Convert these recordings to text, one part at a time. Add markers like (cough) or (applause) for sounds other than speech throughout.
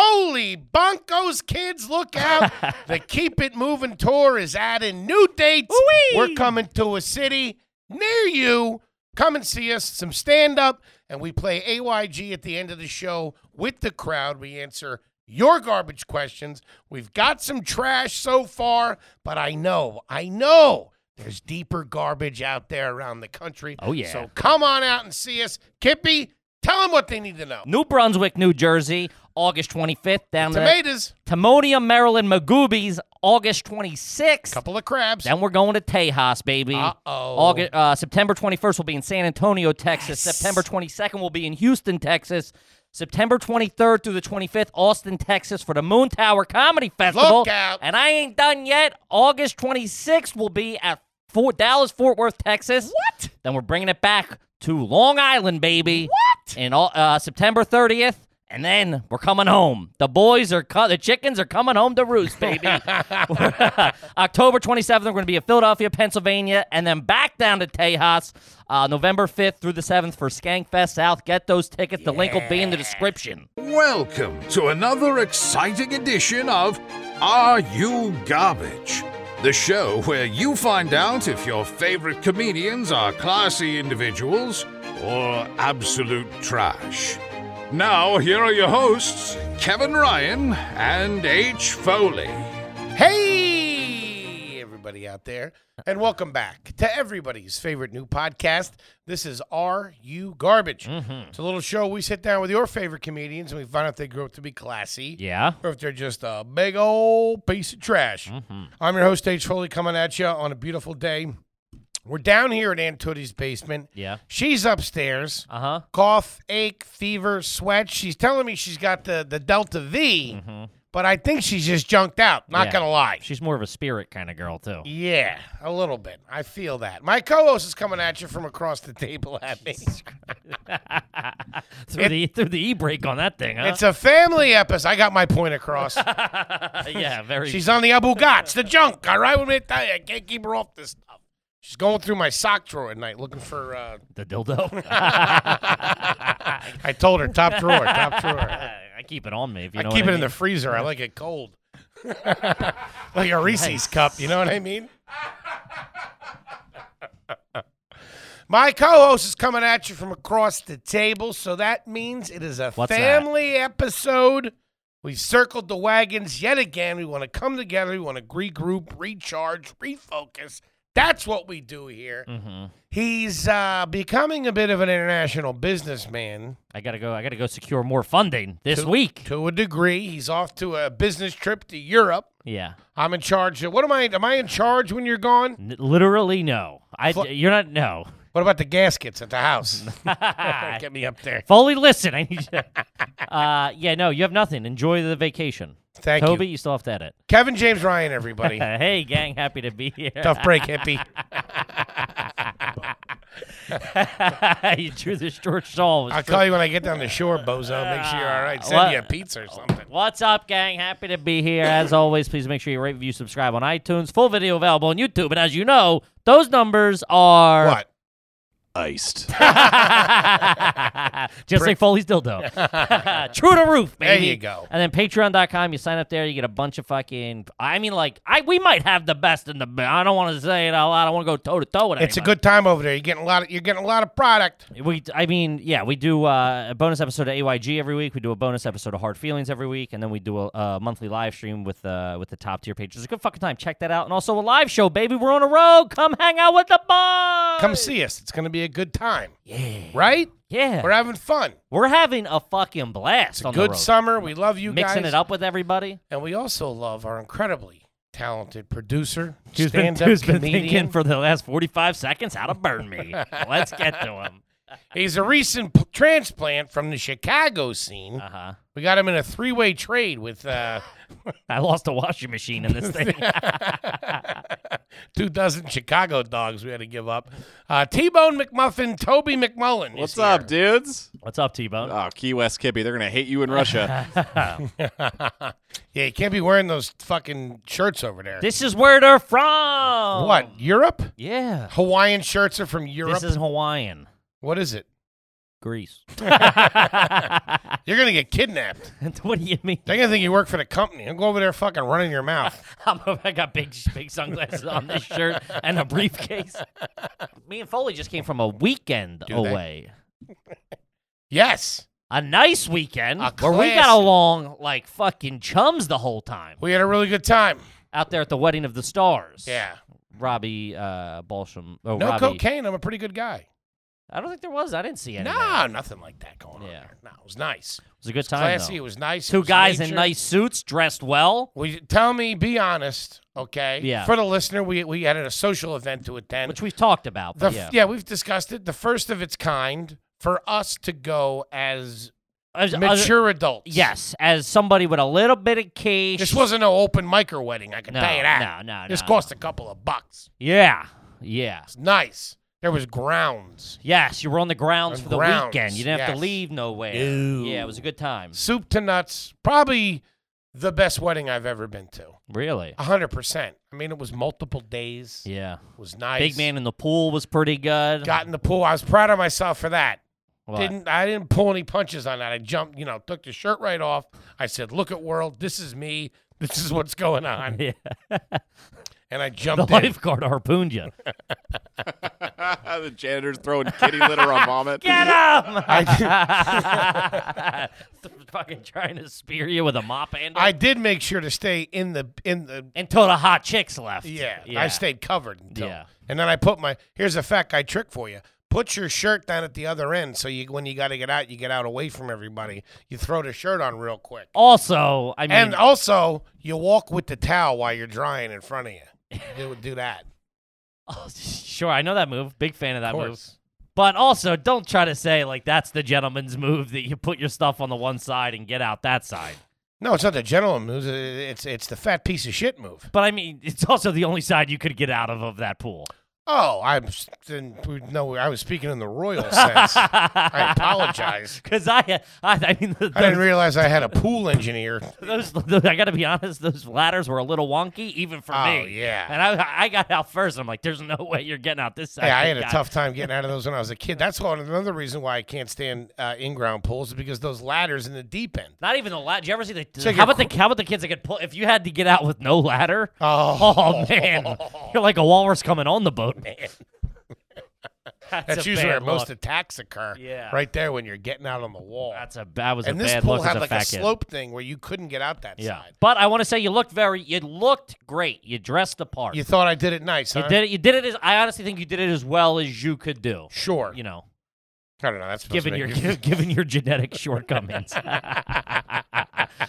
Holy Broncos kids, look (laughs) out. the Keep It Moving tour is adding new dates. Ooh-wee. We're coming to a city near you. Come and see us, some stand up, and we play AYG at the end of the show with the crowd. We answer your garbage questions. We've got some trash so far, but I know, I know there's deeper garbage out there around the country. Oh, yeah. So come on out and see us. Kippy, tell them what they need to know. New Brunswick, New Jersey, August 25th. Down to Tomatoes, Timonium, Maryland, Magoobies, August 26th. couple of crabs. Then we're going to Tejas, baby. Uh-oh. August, uh, September 21st will be in San Antonio, Texas. September 22nd will be in Houston, Texas. September 23rd through the 25th, Austin, Texas, for the Moon Tower Comedy Festival. Look out. And I ain't done yet. August 26th will be at Fort Dallas, Fort Worth, Texas. What? Then we're bringing it back to Long Island, baby. What? In all, uh, September 30th. And then we're coming home. The boys are co- the chickens are coming home to roost, (laughs) baby. (laughs) October 27th, we're going to be in Philadelphia, Pennsylvania, and then back down to Tejas uh, November 5th through the 7th for Skankfest South. Get those tickets. The link will be in the description. Welcome to another exciting edition of Are You Garbage? The show where you find out if your favorite comedians are classy individuals or absolute trash. Now, here are your hosts, Kevin Ryan and H. Foley. Hey, everybody out there, and welcome back to everybody's favorite new podcast. This is Are You Garbage? Mm-hmm. It's a little show we sit down with your favorite comedians and we find out if they grew up to be classy Yeah. or if they're just a big old piece of trash. Mm-hmm. I'm your host, H. Foley, coming at you on a beautiful day. We're down here at Aunt Tootie's basement. Yeah. She's upstairs. Uh huh. cough, ache, fever, sweat. She's telling me she's got the, the Delta V, but I think she's just junked out. Not Yeah. going to lie. She's more of a spirit kind of girl, too. Yeah, a little bit. I feel that. My co host is coming at you from across the table at me. through, the, through the e brake on that thing, huh? It's a family episode. I got my point across. (laughs) yeah, very. she's on the Abu Ghats, the junk. All right, what did I tell you? I can't keep her off this stuff. She's going through my sock drawer at night looking for. Uh, the (laughs) dildo. I told her top drawer, top drawer. I keep it on me. If you I know keep it what in the freezer. I like it cold. (laughs) like a Reese's cup, you know what I mean? My co-host is coming at you from across the table, so that means it is a What's that? family episode. We've circled the wagons yet again. We want to come together, we want to regroup, recharge, refocus. That's what we do here. hmm He's uh, becoming a bit of an international businessman. I gotta go. I gotta go secure more funding this week. To a degree, he's off to a business trip to Europe. Yeah, I'm in charge. Of, what am I? Am I in charge when you're gone? N- literally no. I Fu- you're not no. What about the gaskets at the (laughs) house? (laughs) Get me up there. Fully listen. I need you. uh, yeah, no, you have nothing. Enjoy the vacation. Thank Toby, you, you still have to edit. Kevin James Ryan. (laughs) Everybody, Uh, hey, gang, happy to be here. tough break, hippie. (laughs) you drew this short shawl. I'll call you when I get down the shore, bozo. Make sure you're all right. Send What- you a pizza uh, or something. What's up, gang? Happy to be here. As always, please make sure you rate, review, subscribe on iTunes. Full video available on YouTube. And as you know, those numbers are What? (laughs) Iced. Just like (laughs) Foley's dildo. True to roof, There baby. you go. And then patreon.com, you sign up there, you get a bunch of fucking I mean like I we might have the best in the be- I don't want to say it out loud. I don't want to go toe to toe with It's a anybody. good time over there. You're getting a lot. Of, you're getting a lot of product. we I mean, yeah, we do uh, a bonus episode of AYG every week. We do a bonus episode of Hard Feelings every week, and then we do a, a monthly live stream with uh with the top tier patrons. It's a good fucking time. Check that out. And also a live show, baby. We're on a road. Come hang out with the boys. Come see us. It's going to be a good time. Yeah. Right? Yeah. We're having fun. We're having a fucking blast on the Good road. summer. We love you mixing guys. it up with everybody. And we also love our incredibly talented producer, Who's been, stand-up who's been comedian. thinking for the last 45 seconds how to burn me. Let's get to him. He's a recent p- transplant from the Chicago scene. Uh-huh. We got him in a three-way trade with uh, (laughs) I lost a washing machine in this thing. two dozen Chicago dogs. We had to give up. Uh, T-Bone McMuffin, Toby McMullen. is What's up, here. dudes? What's up, T-Bone? Uh, Oh, Key West Kippy, they're gonna hate you in Russia. (laughs) (laughs) yeah, you can't be wearing those fucking shirts over there. this is where they're from. what Europe? Yeah. Hawaiian shirts are from Europe. This is Hawaiian. what is it? Greece. (laughs) You're going to get kidnapped. what do you mean? They're going to think you work for the company. I'll go over there fucking running your mouth. I'm, I got big, big sunglasses on this shirt and (laughs) a briefcase. Me and Foley just came from a weekend Do they? away. Yes. A nice weekend A where we got classic. along like fucking chums the whole time We had a really good time. out there at the wedding of the stars. Yeah. Robbie uh, Balsham. Oh, No Robbie. cocaine. I'm a pretty good guy. I don't think there was. I didn't see any. No, nothing like that going on Yeah. there. No, it was nice. It was a good time. Classy. It though. was nice. it Two was guys in nature. nice suits, dressed well, We tell me, be honest, okay? Yeah. For the listener, we we had a social event to attend. which we've talked about. the But f- yeah. yeah, we've discussed it. The first of its kind for us to go as As- as- mature adults. yes, as somebody with a little bit of cash. This wasn't an open micer wedding, I can no, tell you that. No, no, no. This cost a couple of bucks. Yeah, yeah. It's nice. There was grounds. Yes, you were on the grounds On for the grounds, weekend. You didn't have yes. to leave nowhere. No. Yeah, it was a good time. Soup to nuts. Probably the best wedding I've ever been to. Really? A 100%. I mean, it was multiple days. Yeah. It was nice. Big man in the pool was pretty good. Got in the pool. I was proud of myself for that. What? Didn't I didn't pull any punches on that. I jumped, you know, took the shirt right off. I said, "Look at world. This is me. This is what's going (laughs) on." (laughs) (laughs) Yeah. And I the jumped in. lifeguard harpooned you. the janitor's throwing kitty litter on (laughs) vomit. Get him! (laughs) fucking trying to spear you with a mop handle I did make sure to stay in the in the until the hot chicks left. yeah. yeah. I stayed covered until. Yeah. And then I put my here's a fact guy trick for you. Put your shirt down at the other end so you when you got to get out, you get out away from everybody. You throw the shirt on real quick. Also, I mean, And also, you walk with the towel while you're drying in front of (laughs) you. Do, do that. sure, I know that move. Big fan of that Of move. course. But also, don't try to say like that's the gentleman's move that you put your stuff on the one side and get out that side. No, it's not the gentleman move. It's it's the fat piece of shit move. But I mean, it's also the only side you could get out of of that pool. Oh, I'm s- didn't we- no. I was speaking in the royal sense. I I (laughs) apologize. because I, I, I mean, the, didn't realize I had a pool engineer. those, those- I got to be honest, those ladders were a little wonky even for Oh, me. yeah. and I, I got out first. And I'm like, there's no (laughs) way you're getting out this side. (laughs) Hey, I had a God. tough time getting out of those when I was a kid. That's one, another reason why I can't stand uh, in-ground pools is because those ladders in the deep end. Not even the ladder. Did you ever see the? So how you're about the? How about the kids that could pull? If you had to get out with no (laughs) ladder, Oh, (laughs) Oh (laughs) man, you're like a walrus coming on the boat, man. That's, that's a usually where bad most look. attacks occur. Yeah. right there when you're getting out on the wall. That's a that was and a this bad pool look as had a like fat a kid. slope thing where you couldn't get out that yeah, side. but I want to say you looked very, you looked great. You dressed the part. You You, thought I did it nice, huh? did it. You did it as I honestly think you did it as well as you could do. Sure. You know, I don't know. That's supposed to given make your you- (laughs) given your genetic shortcomings.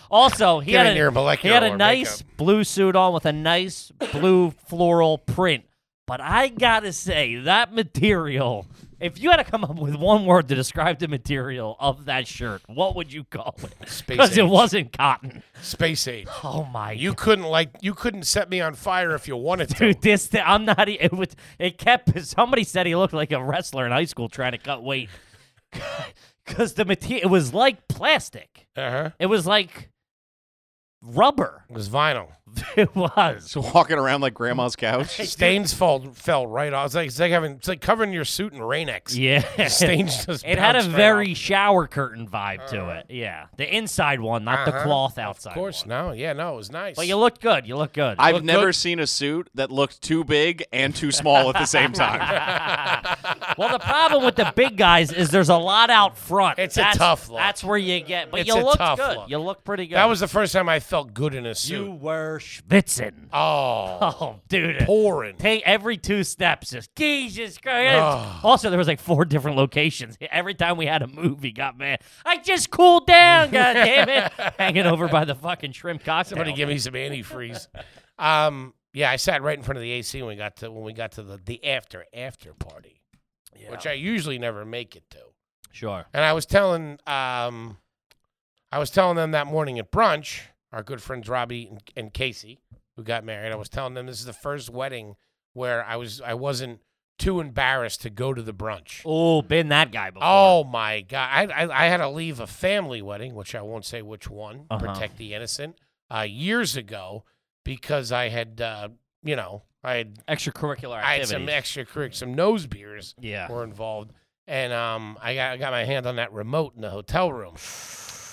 also, he Given had a, your He molecular had a nice blue suit on with a nice blue floral print. But I gotta say, that material, if you had to come up with one word to describe the material of that shirt, what would you call it? Space Because it age. wasn't cotton. space age. Oh my You couldn't like you couldn't set me on fire if you wanted to. (laughs) Dude, this thing, I'm not. e- It was. It kept. Somebody said he looked like a wrestler in high school trying to cut weight, (laughs) because the material. It was like plastic. Uh huh. It was like (laughs) rubber. It was vinyl. It was. So walking around like grandma's couch. Stains fall, fell right off. It's like, it's like having it's like covering your suit in Rain-X. Yeah. Stains (laughs) just. (laughs) It had a bounce right very off. shower curtain vibe to it. Yeah. The inside one, not the Uh-huh. cloth outside. Of course, one. no. Yeah, no. It was nice. But you looked good. You look good. I've Look never good. seen a suit that looked too big and too small at (laughs) the same time. well, the problem with the big guys is there's a lot out front. It's a that's, tough look. That's where you get. But It's you a looked tough good. look. You look pretty good. that was the first time I felt good in a suit. you were schwitzing. (laughs) oh, (laughs) Oh, dude. pouring. Take every two steps, just Jesus Christ. Ugh. Also, there was like four different locations. Every time we had a move, he got mad. I just cooled (laughs) down, God damn it, hanging over by the fucking shrimp cocktail. Somebody give me some antifreeze. um, yeah, I sat right in front of the AC when we got to when we got to the, the after after party, which I usually never make it to. Sure. And I was telling, um, I was telling them that morning at brunch, our good friends Robbie and, and Casey, who got married. I was telling them this is the first wedding where I was I wasn't too embarrassed to go to the brunch. Oh, been that guy before. Oh my god! I, I I had to leave a family wedding, which I won't say which one. Uh-huh. Protect the innocent. Uh, years ago, because I had uh, you know I had extracurricular I had activities. some extra curric- some nose beers yeah. were involved, and um, I got I got my hand on that remote in the hotel room.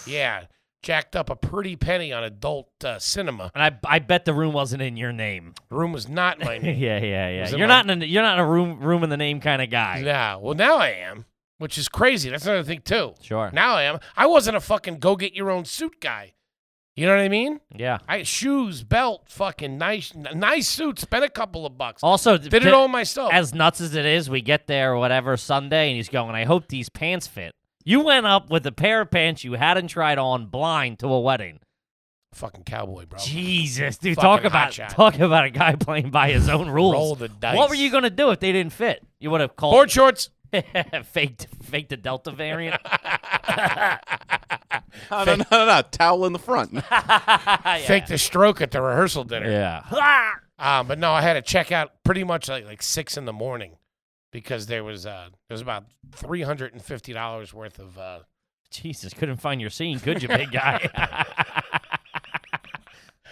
Yeah, jacked up a pretty penny on adult uh, cinema. And I, I bet the room wasn't in your name. Room was not (laughs) my yeah, name. yeah, yeah. Was (laughs) it You're my- not in a, you're not a room room in the name kind of guy. Nah, well now I am, which is crazy. That's another thing too. Sure. Now I am. I wasn't a fucking go get your own suit guy. You know what I mean? Yeah. I shoes, belt, fucking nice, n- nice suit. Spent a couple of bucks. Also, Did it all myself. as nuts as it is, we get there or whatever Sunday, and he's going, I hope these pants fit. You went up with a pair of pants you hadn't tried on blind to a wedding. fucking cowboy, bro. Jesus, dude, Oh. Fucking talk about hotshot. talk about a guy (laughs) playing by his own rules. Roll the dice. What were you gonna do if they didn't fit? You would have called Board (laughs) shorts. (laughs) faked faked the Delta variant. (laughs) No, no, no, no, no. Towel in the front. (laughs) Faked a stroke at the rehearsal dinner. (laughs) yeah. Um, but no, I had to check out pretty much like, like six in the morning because there was uh there was about three hundred and fifty dollars worth of uh Jesus, couldn't find your scene, could you, big guy? (laughs)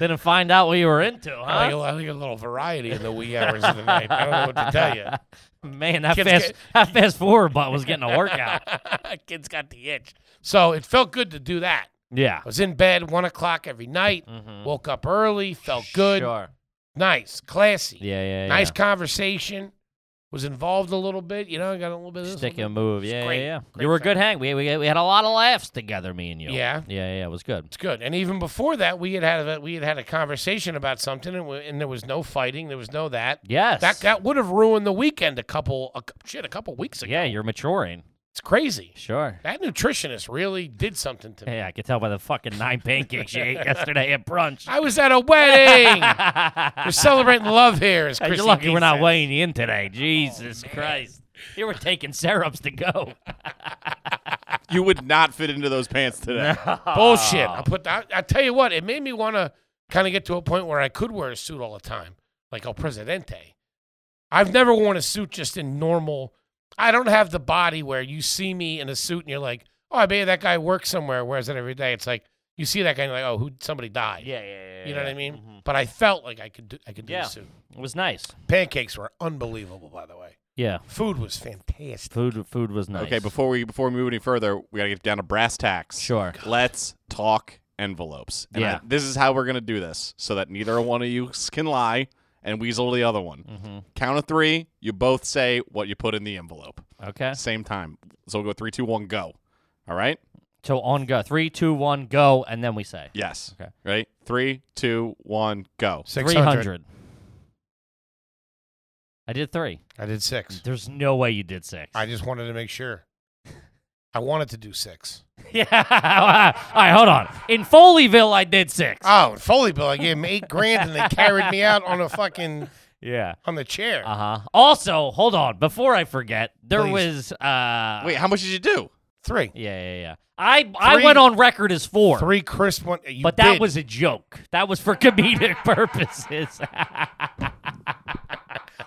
Didn't find out what you were into, I, huh? think, I think a little variety in the wee hours of the night. I don't know what to tell you. (laughs) Man, that Kids fast, get- (laughs) that fast forward butt was getting (laughs) a workout. Kids got the itch. So it felt good to do that. Yeah. I was in bed one o'clock every night. Mm-hmm. Woke up early. Felt good. Sure. Nice, classy. Yeah, yeah, yeah. Nice conversation. Was involved a little bit. You know, I got a little bit of this. Stick little and move. It's Yeah, great. yeah, yeah. Great you were a good hang. We, we we had a lot of laughs together, me and you. bit. Yeah. Yeah, yeah, it was good. It's good. And even before that, we had had a, we had had a conversation about something, and, we, and there was no fighting. There was no that. Yes. That that would have ruined the weekend a couple a, cou- shit a couple weeks ago. yeah, you're maturing. it's crazy. Sure. That nutritionist really did something to me. (laughs) Hey, I could tell by the fucking nine pancakes you (laughs) ate yesterday at brunch. I was at a (laughs) wedding. we're celebrating love here. As Hey, Chrissy Oh, You're lucky D we're not said. weighing you in today. Jesus Christ. You were taking syrups to go. You would not fit into those pants today. (laughs) (laughs) Bullshit. Oh. I put. I, I tell you what, it made me want to kind of get to a point where I could wear a suit all the time, like El Presidente. I've never worn a suit just in normal. I don't have the body where you see me in a suit and you're like, oh, I bet that guy works somewhere, wears it every day. It's like you see that guy and you're like, oh, who? Somebody died. Yeah, yeah, yeah. You know what I mean? Mhm. But I felt like I could do. I could do Yeah. a suit. It was nice. Pancakes were unbelievable, by the way. Yeah. Food was fantastic. Food food was nice. Okay, before we before we move any further, we gotta get down to brass tacks. Sure. Let's talk envelopes. And I- Yeah. this is how we're gonna do this, so that neither one of you s- can lie and weasel the other one. Mm-hmm. Count of three. You both say what you put in the (laughs) envelope. Okay. Same time. So we'll go three, two, one, go. All right. So on go. Three, two, one, go, and then we say Yes. Okay. Ready? Three, two, one, go. three hundred. I did three. I did six. There's no way you did six. (laughs) I just wanted to make sure. I wanted to do six. yeah. All right, hold on. In Foleyville, I did six. Ah. Oh, and Foley Bill, I gave him eight grand and they (laughs) carried me out on a fucking yeah. on the chair. Uh huh. Also, hold on. Before I forget, there Please. was uh. Wait, how much did (laughs) you do? three, Yeah, yeah, yeah. I I Three- went on record as four, three crisp one. You but that did. was a joke. That was for comedic (laughs) (laughs) purposes.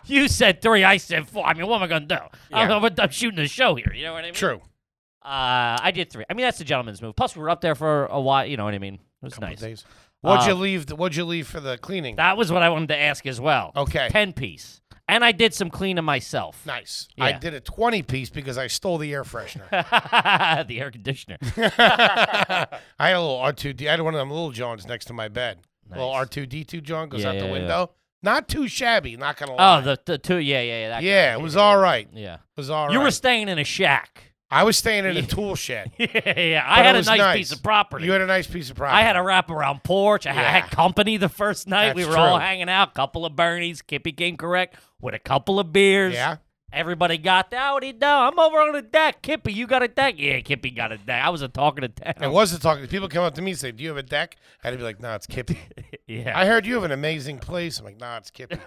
you said three, I said four. I mean, what am I gonna do? I'm, I'm, I'm shooting a show here. You know what I mean? true. Uh, I did three. I mean, that's the gentleman's move. Plus, we were up there for a while. You know what I mean? It was nice. Days. What'd Uh, you leave? What'd you leave for the cleaning? That was what I wanted to ask as well. Okay. Ten piece, and I did some cleaning myself. nice. I Yeah. did a twenty piece because I stole the air (laughs) freshener. the air conditioner. I had a little R two D. I had one of them little Johns next to my bed. Little Nice. R two D two John goes Yeah, out yeah, the yeah. window. Not too shabby. Not gonna lie. oh, the, the two. Yeah, yeah, yeah. that guy. yeah, it was all right. It Yeah. was all right. You were staying in a shack. (laughs) I was staying in a tool shed. yeah, yeah. but I it had a was nice, piece of property. You had a nice piece of property. I had a wraparound porch. I Yeah. had had company the first night. we That's were all true. hanging out. Couple of Bernies. Kippy came correct with a couple of beers. yeah. Everybody got that. What do you do? I'm over on the deck. Kippy, you got a deck? Yeah, Kippy got a deck. I was a talking to town. And was the talking people come up to me and say, "Do you have a deck?" I'd be like, "No, it's Kippy." (laughs) (laughs) yeah. I heard you have an amazing place. I'm like, "No, it's (laughs) Kippy."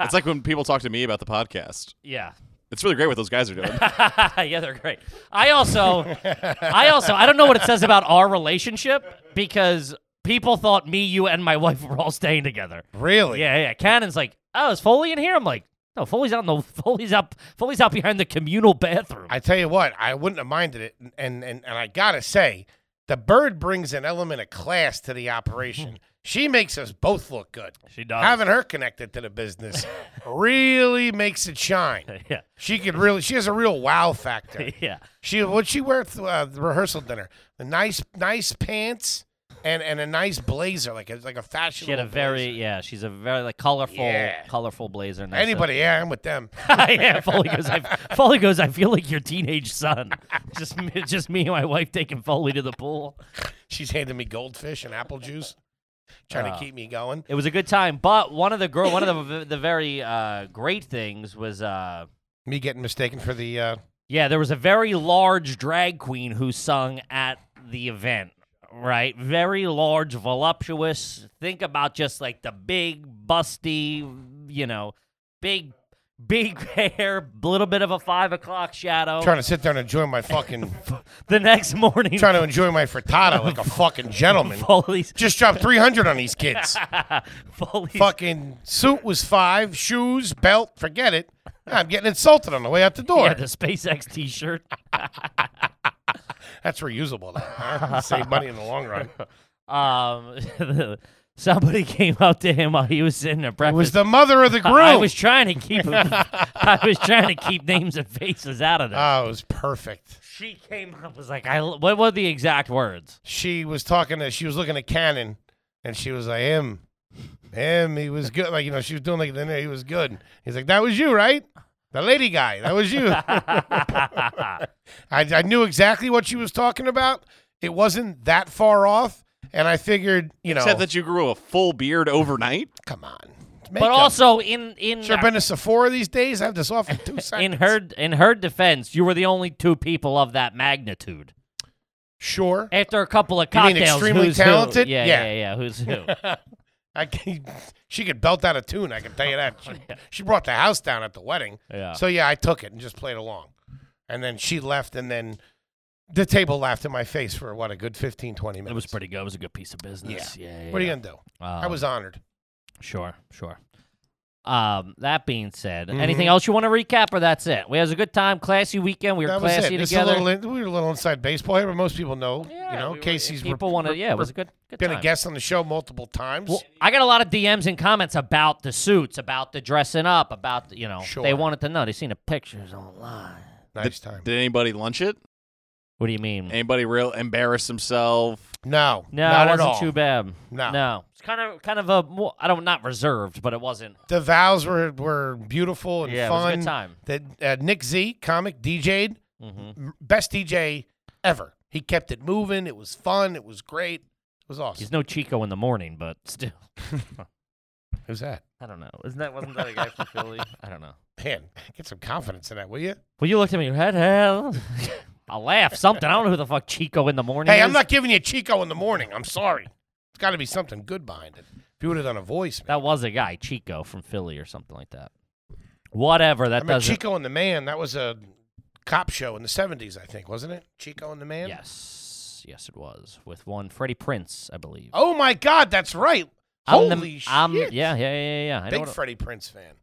It's like when people talk to me about the podcast. yeah. (laughs) It's really great what those guys are doing. yeah, they're great. I also, (laughs) I also, I don't know what it says about our relationship because people thought me, you, and my wife were all staying together. Really? Yeah, yeah. Cannon's like, oh, is Foley in here? I'm like, no, Foley's out. No, (laughs) Foley's up. Foley's out behind the communal bathroom. I tell you what, I wouldn't have minded it, and and and I gotta say, The bird brings an element of class to the (laughs) operation. she makes us both look good. She does. Having her connected to the business really makes it shine. (laughs) yeah. She could really. She has a real wow (laughs) factor. Yeah. She what she wear to uh, the rehearsal dinner? The nice nice pants and and a nice blazer, like a like a fashion. She had a very yeah. She's a very like colorful, Yeah. colorful blazer. Nice anybody. Yeah, I'm with them. (laughs) yeah, Foley goes. I, Foley goes. I feel like your teenage son. (laughs) Just, me- just me and my wife taking Foley to the pool. She's handing me goldfish and apple juice, trying Oh. to keep me going. It was a good time. But one of the girl, one of the the very uh, great things was. Uh, Me getting mistaken for the. Uh, Yeah, there was a very large drag queen who sung at the event, right? Very large, voluptuous. Think about just like the big, busty, you know, big, big (laughs) hair, little bit of a five o'clock shadow. trying to sit there and enjoy my fucking. (laughs) the next morning, (laughs) trying to enjoy my frittata like a fucking gentleman. Foley's, Just dropped 300 on these (laughs) kids. Foley's, fucking suit was five, shoes, belt, forget it. I'm getting insulted on the way out the door. yeah, the SpaceX T-shirt. That's reusable, though. Huh? Save money in the long (laughs) run. Um, (laughs) somebody came up to him while he was sitting at It breakfast. was the mother of the groom. I was trying to keep (laughs) I was trying to keep names and faces out of this. oh, it was perfect. she came up was like, I what were the exact words? She was talking to, she was looking at Cannon, and she was like, him, him, he was good. Like, you know, she was doing like, the- he was good. He's like, that was you, right? The lady guy, that was you. (laughs) I, I knew exactly what she was talking about. It wasn't that far off. And I figured, you know, Except that you grew a full beard overnight. come on. It's but makeup. also in in Sure, been to Sephora these days. I have this off in two seconds. (laughs) in her in her defense, you were the only two people of that magnitude. sure. After a couple of You mean cocktails, extremely who's who? talented? Yeah, Yeah. yeah, yeah. Who's who? (laughs) I can, (laughs) she could belt out a tune. I can tell you (laughs) that. She, she brought the house down at the wedding. Yeah. So yeah, I took it and just played along. And then she left, and then the table laughed in my face for what a good 15, 20 minutes. it was pretty good. It was a good piece of business. Yeah, yeah. What are you yeah. gonna do? Um, I was honored. sure, sure. Um, that being said, Mm-hmm. anything else you want to recap, or that's it? We had a good time, classy weekend. We were That was classy it. This is a together. little- we were a little inside baseball here, but most people know. Yeah, you know, we were- Casey's if re- people want to. re- Yeah, it was a re- good. good been time. a guest on the show multiple times. Well, I got a lot of DMs and comments about the suits, about the dressing up, about the, you know they Sure. wanted to know. They seen the pictures online. nice time. Did anybody lunch it? What do you mean? Mm-hmm. Anybody real embarrass themself? no, no, Eh, not it at wasn't all. too bad. No. no, it's kind of kind of a more, I don't not reserved, but it wasn't. The vows were were beautiful and Yeah, it was a fun. good time. That uh, Nick Z, comic DJ'd, hmm m- best DJ ever. He kept it moving. It was fun. It was great. It was awesome. He's no Chico in the morning, but still, Who's that? I don't know. Isn't that wasn't that a guy from Philly? (laughs) I don't know. Man, get some confidence in that, will you? Well, you looked at me. Head hell. (laughs) I laugh something. I don't know who the fuck Chico in the morning. Hey, is. I'm not giving you Chico in the morning. I'm sorry. It's got to be something good behind it. If you would have done a voice, man. That was a guy, Chico from Philly or something like that. Whatever. That I mean, doesn't. Chico and the Man. That was a cop show in the '70s, I think, wasn't it? Chico and the Man. Yes, yes, it was with one Freddie Prince, I believe. Oh my God, that's right. I'm the- Holy shit! I'm- yeah, yeah, yeah, yeah. I know Big what- Freddie Prince fan.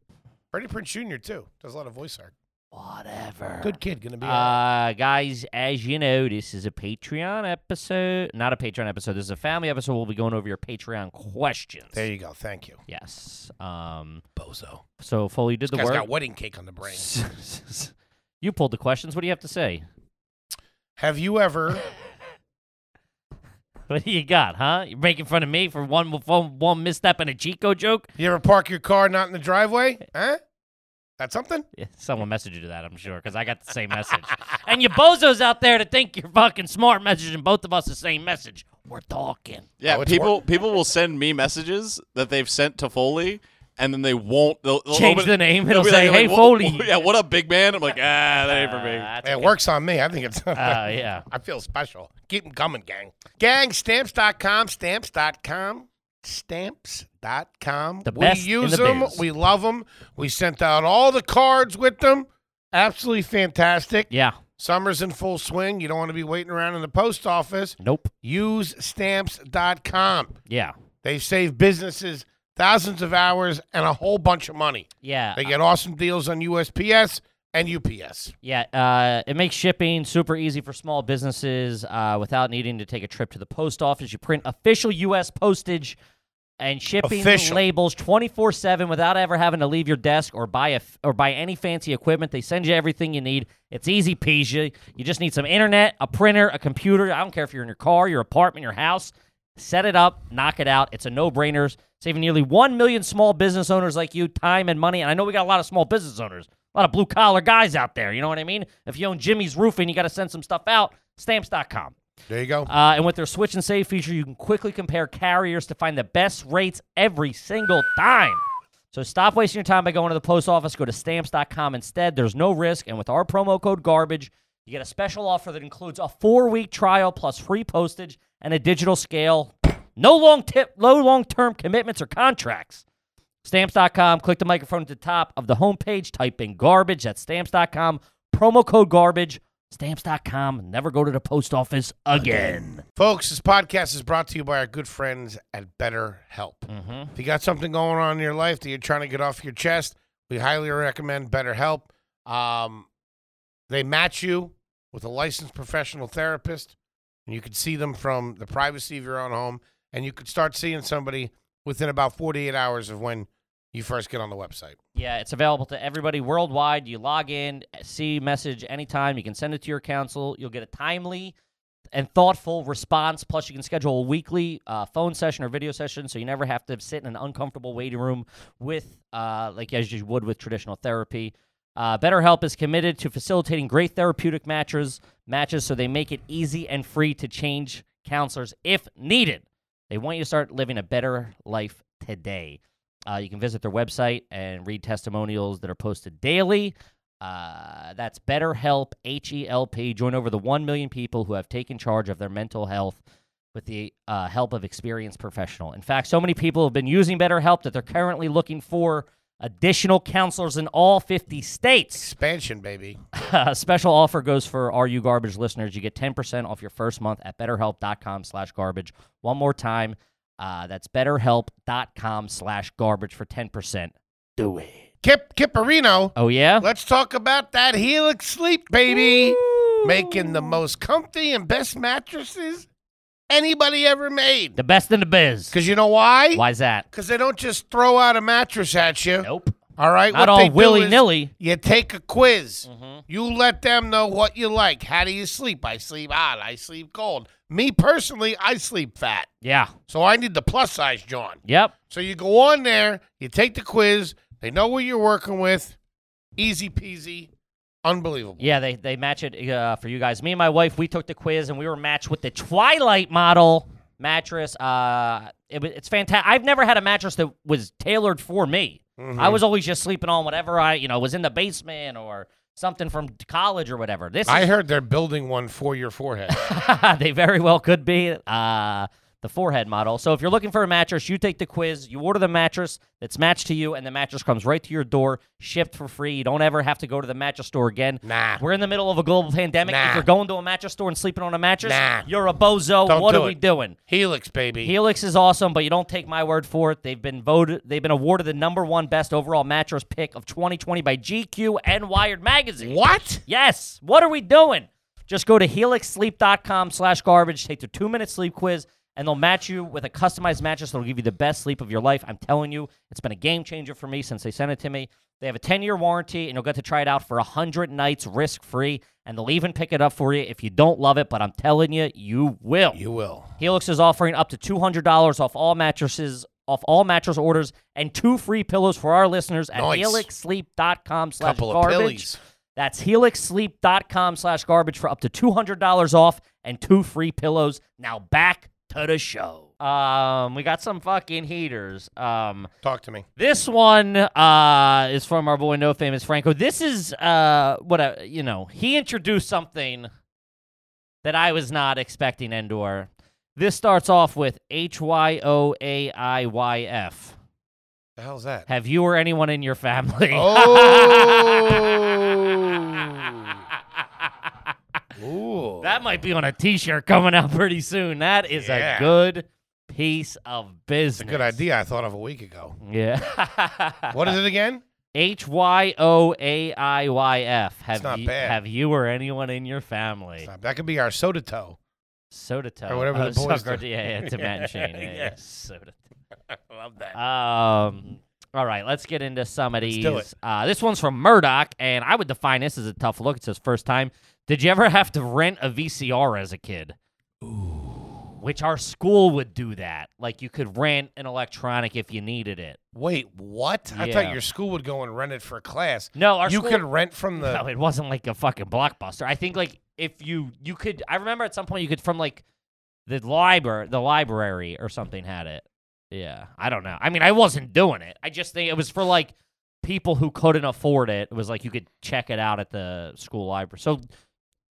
Freddie Prince Jr. too. Does a lot of voice art. whatever. Good kid. Gonna be. all right. Uh, guys, as you know, this is a Patreon episode. Not a Patreon episode. This is a family episode. We'll be going over your Patreon questions. there you go. Thank you, yes. Um. bozo. So Foley did the Guy's got work. wedding cake on the brain. (laughs) you pulled the questions. What do you have to say? (laughs) Have you ever? What do you got, huh? You're making fun of me for one one, one misstep and a Chico joke. You ever park your car not in the (laughs) driveway? Huh? That's something? Yeah, Someone messaged you that, I'm sure, because I got the same message. and you bozos out there to think you're fucking smart messaging both of us the same message. We're talking. Yeah, Oh, it's people people will send me messages that they've sent to Foley, and then they won't they'll, they'll Change open- the name. they'll It'll be say, like, "Hey "Wha- Foley." wha- yeah, what up, big man? I'm like, ah, that ain't for me. Uh, that's It okay. works on me. I think it's. (laughs) Uh, yeah. I feel special. Keep them coming, gang. Gang, stamps.com, stamps.com, stamps.com. The we best in use the them. biz. We love them. We sent out all the cards with them. Absolutely fantastic. Yeah. Summer's in full swing. You don't want to be waiting around in the post office. Nope. Use stamps.com. Yeah. They save businesses thousands of hours and a whole bunch of money. Yeah. They get awesome deals on USPS, and UPS. Yeah, uh, it makes shipping super easy for small businesses uh, without needing to take a trip to the post office. You print official U.S. postage and shipping Official. labels 24/7 without ever having to leave your desk or buy a f- or buy any fancy equipment. They send you everything you need. It's easy peasy. You just need some internet, a printer, a computer. I don't care if you're in your car, your apartment, your house. Set it up, knock it out. It's a no-brainer, saving nearly 1 million small business owners like you time and money. And I know we got a lot of small business owners, a lot of blue-collar guys out there, you know what I mean? If you own Jimmy's Roofing, you got to send some stuff out. stamps.com. There you go. Uh, and with their switch and save feature, you can quickly compare carriers to find the best rates every single time. So stop wasting your time by going to the post office. Go to stamps.com instead. There's no risk. And with our promo code garbage, you get a special offer that includes a four week trial plus free postage and a digital scale. No long tip, no long term commitments or contracts. Stamps.com. Click the microphone at the top of the homepage. Type in garbage. That's stamps.com. Promo code garbage. Stamps.com. Never go to the post office again. Folks, this podcast is brought to you by our good friends at BetterHelp. Mm-hmm. If you got something going on in your life that you're trying to get off your chest, we highly recommend BetterHelp. Um, they match you with a licensed professional therapist, and you can see them from the privacy of your own home, and you could start seeing somebody within about 48 hours of when you first get on the website. Yeah, it's available to everybody worldwide. You log in, see message anytime. You can send it to your council. You'll get a timely and thoughtful response. Plus, you can schedule a weekly uh, phone session or video session, so you never have to sit in an uncomfortable waiting room with, uh, like as you would with traditional therapy. Uh, BetterHelp is committed to facilitating great therapeutic matches, matches, so they make it easy and free to change counselors if needed. They want you to start living a better life today. Uh, you can visit their website and read testimonials that are posted daily. Uh, that's BetterHelp, H E L P. Join over the 1 million people who have taken charge of their mental health with the uh, help of experienced professional. In fact, so many people have been using BetterHelp that they're currently looking for additional counselors in all 50 states. Expansion, baby. A (laughs) special offer goes for RU Garbage listeners. You get 10% off your first month at betterhelp.com slash garbage. One more time, uh, that's betterhelp.com slash garbage for 10%. Do it. Kip Kipperino. Oh, yeah? (laughs) Let's talk about that Helix Sleep, baby. Making the most comfy and best mattresses anybody ever made. The best in the biz. Because you know why? Why's that? Because they don't just throw out a mattress at you. Nope. All right. Not what they all do willy is nilly. Mm-hmm. You take a quiz. You let them know what you like. How do you sleep? I sleep hot. I sleep cold. Me personally, I sleep fat. Yeah. So I need the plus size, John. Yep. So you go on there, you take the quiz, they know what you're working with. Easy peasy. Unbelievable. Yeah, they, they match it uh, for you guys. Me and my wife, we took the quiz and we were matched with the Twilight model mattress. Uh, it, wa- it's fantastic. I've never had a mattress that was tailored for me. I Mm-hmm. was always just sleeping on whatever I, you know, was in the basement or something from college or whatever. This I heard they're building one for your (laughs) forehead. they very well could be uh, the forehead model. So if you're looking for a mattress, you take the quiz, you order the mattress that's matched to you, and the mattress comes right to your door, shipped for free. You don't ever have to go to the mattress store again. Nah. We're in the middle of a global pandemic. Nah. If you're going to a mattress store and sleeping on a mattress, Nah. you're a bozo. Don't what do are we it. doing? Helix, baby. Helix is awesome, but you don't take my word for it. They've been voted they've been awarded the number one best overall mattress pick of 2020 by GQ and Wired magazine. what? Yes. What are we doing? Just go to helixsleep.com slash garbage, take their two minute sleep quiz, and they'll match you with a customized mattress that'll give you the best sleep of your life. I'm telling you, it's been a game changer for me since they sent it to me. They have a 10 year warranty, and you'll get to try it out for 100 nights risk free, and they'll even pick it up for you if you don't love it, but I'm telling you, you will. You will. Helix is offering up to $200 off all mattresses, off all mattress orders, and two free pillows for our listeners at Nice. helixsleep.com slash Couple of garbage. pillies. That's helixsleep.com slash garbage for up to $200 off and two free pillows. Now back to the show. Um, we got some fucking heaters. Um, Talk to me. this one uh, is from our boy No Famous Franco. This is uh, what I, you know. He introduced something that I was not expecting. Endor. This starts off with H Y O A I Y F. The hell's that? Have you or anyone in your family? (laughs) Oh. Ooh. that might be on a T-shirt coming out pretty soon. That is Yeah. a good piece of business. It's a good idea I thought of a week ago. Yeah. (laughs) What is it again? H Y O A I Y F. Have not you, bad. have you or anyone in your family Stop. That could be our soda toe. soda toe Or whatever oh, the boys sucker- do. Yeah, yeah, to (laughs) Matt and Shane. Yeah, yeah, Yeah. soda. I (laughs) love that. Um. All right, let's get into some of Let's these. do Uh, this one's from Murdoch, and I would define this as a tough look. It says first time. Did you ever have to rent a VCR as a kid? Ooh. Which our school would do that. Like you could rent an electronic if you needed it. Wait, what? I Yeah. thought your school would go and rent it for class. No, our you school, could rent from the. (laughs) No, it wasn't like a fucking blockbuster. I think like if you you could. I remember at some point you could from like the library, the library or something had it. Yeah, I don't know. I mean, I wasn't doing it. I just think it was for like people who couldn't afford it. It was like you could check it out at the school library, so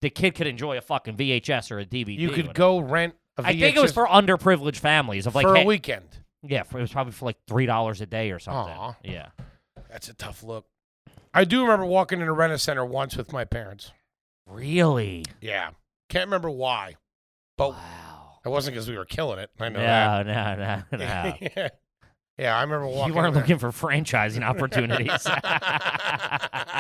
the kid could enjoy a fucking VHS or a DVD. you could when- go rent. A VHS I think it was for underprivileged families. Of like, for hey- a weekend. yeah, for, it was probably for like three dollars a day or something. Aw. Yeah. That's a tough look. I do remember walking in a rent center once with my parents. Really? Yeah, can't remember why. But Wow. it wasn't because we were killing it. Oh. I know that. No, no, (laughs) no, no. yeah. I remember walking. You weren't in there. looking (laughs) for franchising opportunities. (laughs)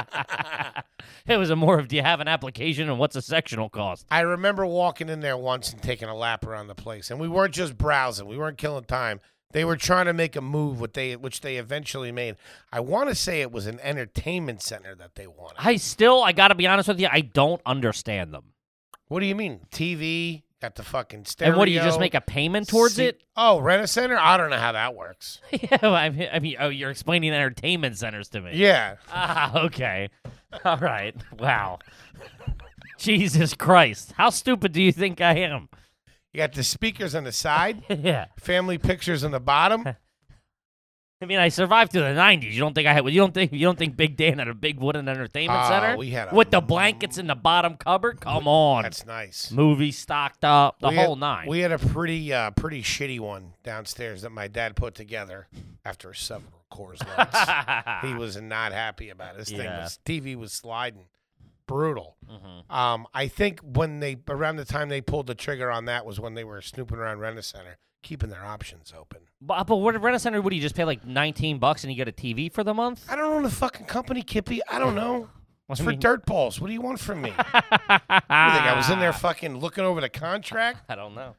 it was a more of do you have an application and what's a sectional cost? I remember walking in there once and taking a lap around the place, and we weren't just browsing. We weren't killing time. They were trying to make a move, what they which they eventually made. I want to say it was an entertainment center that they wanted. I still, I got to be honest with you, I don't understand them. What do you mean? TV got the fucking stereo. And what do you just make a payment towards se- it? (laughs) Oh, rent a center. I don't know how that works. yeah, well, I mean, I mean, oh, you're explaining entertainment centers to me. Yeah, Ah, okay. All right. Wow. (laughs) Jesus Christ. How stupid do you think I am? (laughs) you got the speakers on the side, yeah. family pictures on the (laughs) bottom. I mean, I survived through the '90s. You don't think I had? You don't think you don't think Big Dan had a big wooden entertainment Ah, center we had a- with the blankets in the bottom cupboard? Come on, That's nice. movie stocked up, the We had- whole nine. (laughs) We had a pretty, uh, pretty shitty one downstairs that my dad put together after several Coors Lights. (laughs) he was not happy about it. This thing Yeah. was TV was sliding, brutal. Mhm. Um, I think when they around the time they pulled the trigger on that was when they were snooping around Rent Center, keeping their options open. But, but what rent a center? Would you just pay like 19 bucks and you get a TV for the month? I don't own the fucking company, Kippy. I don't know. It's (laughs) I for mean- dirt balls. What do you want from (laughs) me? You think I I was in there fucking looking over the contract, I don't know.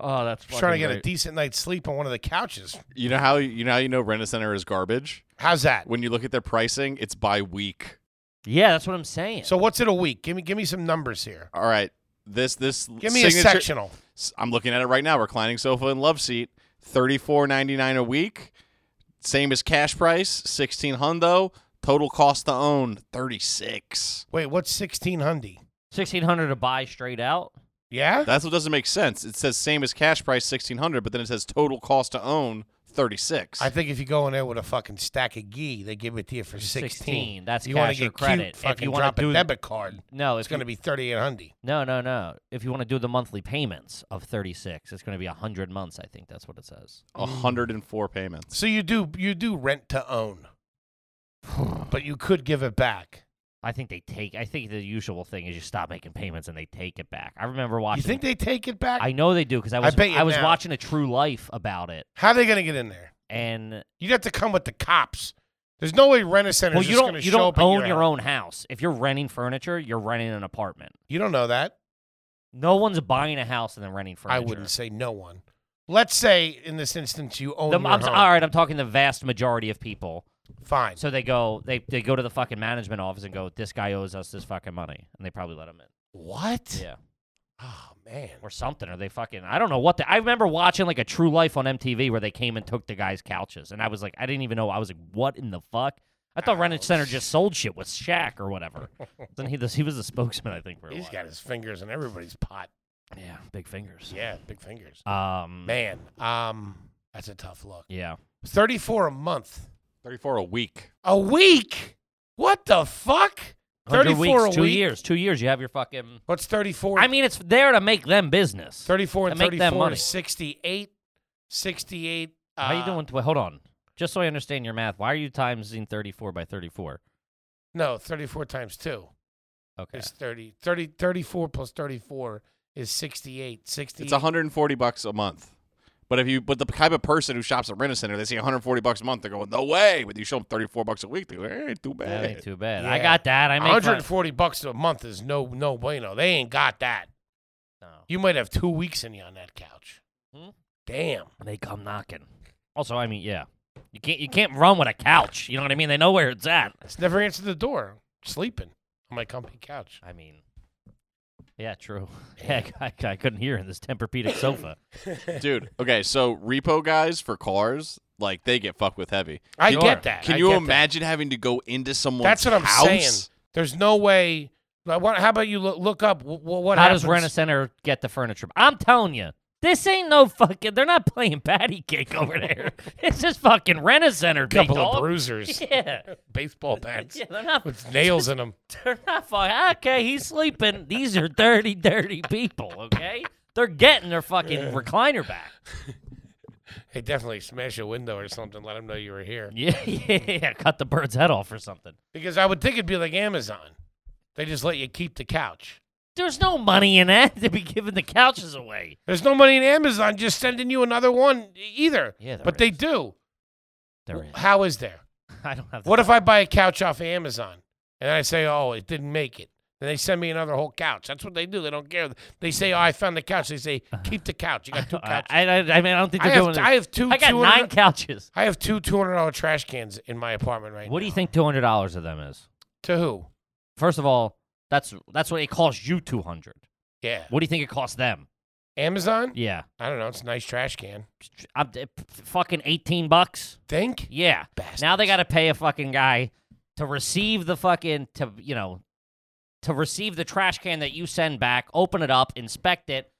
Oh, that's just trying to fucking get a great. decent night's sleep on one of the couches. (laughs) You know how you know how you know Rent a Center is garbage? How's that? When you look at their pricing, it's by week. Yeah, that's what I'm saying. So what's it a week? Give me give me some numbers here. All right. This this Give me signature, a sectional. s- I'm looking at it right now. Reclining sofa and love seat, thirty four ninety nine a week. Same as cash price, sixteen hundo. Total cost to own, thirty six. Wait, what's sixteen hundy? 1600 to buy straight out. Yeah? That's what doesn't make sense. It says same as cash price, sixteen hundred, but then it says total cost to own, thirty six. I think if you go in there with a fucking stack of ghee, they give it to you for sixteen. 16, that's you wanna cash or get credit. Cute, If fucking you wanna drop do- a debit card, No, it's if going to be thirty eight hundy. No, no, no. If you want to do the monthly payments of 36, it's going to be 100 months, I think that's what it says. hundred and four payments. So you do you do rent to own, (sighs) but you could give it back. I think they take I think the usual thing is you stop making payments and they take it back. I remember watching You think they take it back? I know they do cuz I I was bet you was now. watching a True Life about it How are they going to get in there? and You'd have to come with the cops. There's no way rent a center. well you just gonna don't you show don't up at own your, your house. own house. If you're renting furniture, you're renting an apartment. You don't know that. No one's buying a house and then renting furniture. I wouldn't say no one. Let's say in this instance you own The- your I'm, home. all right, I'm talking the vast majority of people. Fine. So they go they they go to the fucking management office and go this guy owes us this fucking money and they probably let him in. What? Yeah. Oh man. or something, or they fucking I don't know what the I remember watching like a True Life on MTV where they came and took the guys' couches, and I was like, I didn't even know. I was like, what in the fuck? I thought Rent a Center just sold shit with Shaq (laughs) or whatever. then he this, he was the spokesman, I think, for a He's while. got his fingers in everybody's pot. yeah, big fingers. Yeah, big fingers. Um, Man, um, that's a tough look. yeah, Thirty-four a month, Thirty four a week. a week. What the fuck? 100 Thirty-four weeks, a two week. years, two years. You have your fucking. What's thirty-four? I mean, it's there to make them business. thirty-four and to make them thirty-four money. is sixty-eight. Sixty-eight. Uh, How you doing? Wait, hold on. Just so I understand your math, why are you timesing 34 by 34? No, thirty-four times two Okay. is 30. 30 34 plus thirty-four is sixty-eight. Sixty. It's hundred and forty bucks a month. But if you, but the type of person who shops at Rent a Center, they see 140 bucks a month, they're going, no way. But you show them 34 bucks a week, they go, eh, ain't too That bad. ain't too bad. I Yeah. got that. I made fun. 140 bucks a month is no no bueno. They ain't got that. No. You might have two weeks in you on that couch. Hmm? Damn. They come knocking. Also, I mean, yeah, you can't you can't run with a couch. You know what I mean? They know where it's at. It's never answered the door. Sleeping on my company couch. I mean, yeah, true. Yeah, (laughs) I, I couldn't hear in this Tempur-Pedic sofa. Dude, okay, so repo guys for cars, like they get fucked with heavy. I Sure. get that. Can I you get that. imagine having to go into someone's That's what I'm house? saying. There's no way. like, what- How about you look, look up what, (laughs) what How happens? does Rent a Center get the furniture? I'm telling you, this ain't no fucking. They're not playing patty cake (laughs) over there. (laughs) it's just fucking Rent a Center. a couple big of dog. bruisers, (laughs) Yeah. baseball bats Yeah, they're not. with nails in them. They're not fucking. Okay, he's sleeping. These are dirty, dirty people. Okay, they're getting their fucking (laughs) recliner back. (laughs) Hey, definitely smash a window or something. Let them know you were here. Yeah, yeah, yeah. Cut the bird's head off or something. Because I would think it'd be like Amazon. They just let you keep the couch. There's no money (laughs) in that to be giving the couches away. There's no money in Amazon just sending you another one e- either. Yeah, there but they is. do. There is. How is there? I don't have. The What if (laughs) I buy a couch off of Amazon and I say, oh, it didn't make it? Then they send me another whole couch. That's what they do. They don't care. They say, oh, I found the couch. They (laughs) say, keep the couch. You got two I, couches. I, I mean, I don't think I they're have, doing. I have two. I got 200 nine couches. I have two two hundred dollar trash cans in my apartment right now. What do you think two hundred dollars of them is? To who? First of all, that's that's what it costs you two hundred. Yeah. What do you think it costs them? Amazon? Yeah, I don't know. It's a nice trash can. I'm, uh, f- fucking eighteen bucks. Think? Yeah. Bastards. Now they got to pay a fucking guy to receive the fucking to you know to receive the trash can that you send back, open it up, inspect it.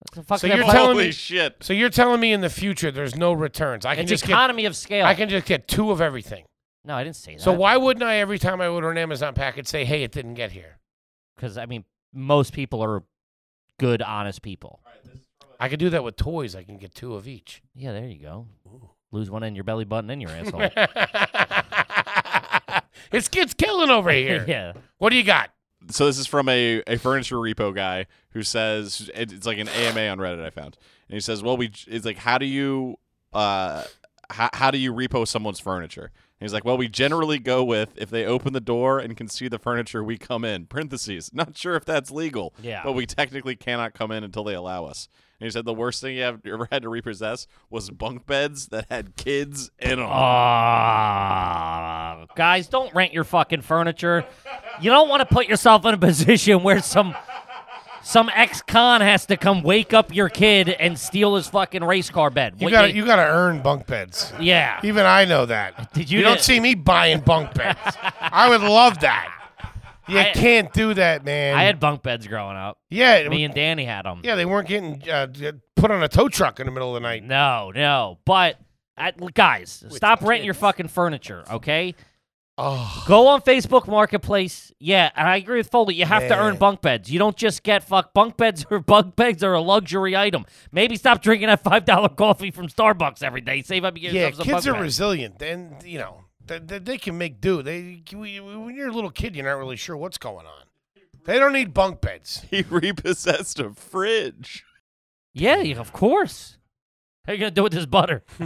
What the fuck So is that you're black- telling Holy me- shit. So you're telling me in the future there's no returns. I can it's just economy of get scale. I can just get two of everything. no, I didn't say that. So why wouldn't I every time I order an Amazon package say, "Hey, it didn't get here." Because I mean, most people are good, honest people. I could do that with toys. I can get two of each. (laughs) Yeah, there you go. Lose one in your belly button and your asshole. it's kids killing (laughs) over here. yeah. What do you got? So this is from a, a furniture repo guy who says it- it's like an AMA on Reddit I found, and he says, "Well, we j- it's like how do you uh how, how do you repo someone's furniture?" And he's like, "Well, we generally go with if they open the door and can see the furniture, we come in." Parentheses, (laughs) not sure if that's legal, Yeah. but we technically cannot come in until they allow us. And he said the worst thing he ev- ever had to repossess was bunk beds that had kids in them. Ah, guys, don't rent your fucking furniture. You don't want to put yourself in a position where some some ex-con has to come wake up your kid and steal his fucking race car bed. You Wait, got wait, to you got to earn bunk beds. yeah. Even I know that. (laughs) Did you- don't see me buying bunk (laughs) beds. I would love that. You I- can't do that, man. I had bunk beds growing up. yeah, it Me was- and Danny had them. yeah. They weren't getting uh, d- put on a tow truck in the middle of the night. No, no. But I, guys, stop renting your fucking furniture, okay? Oh, Go on Facebook Marketplace. Yeah, and I agree with Foley. You have to earn Man. bunk beds. You don't just get fuck bunk beds or bunk beds are (laughs) a luxury item. Maybe stop drinking that five dollar coffee from Starbucks every day. Save up and get yeah. yourself some Kids bunk are bed. resilient, and you know they, they, they can make do. They we- when you're a little kid, you're not really sure what's going on. They don't need bunk beds. (laughs) He repossessed a (laughs) fridge. yeah, yeah, of course. How you gonna do with (laughs) this butter? (laughs)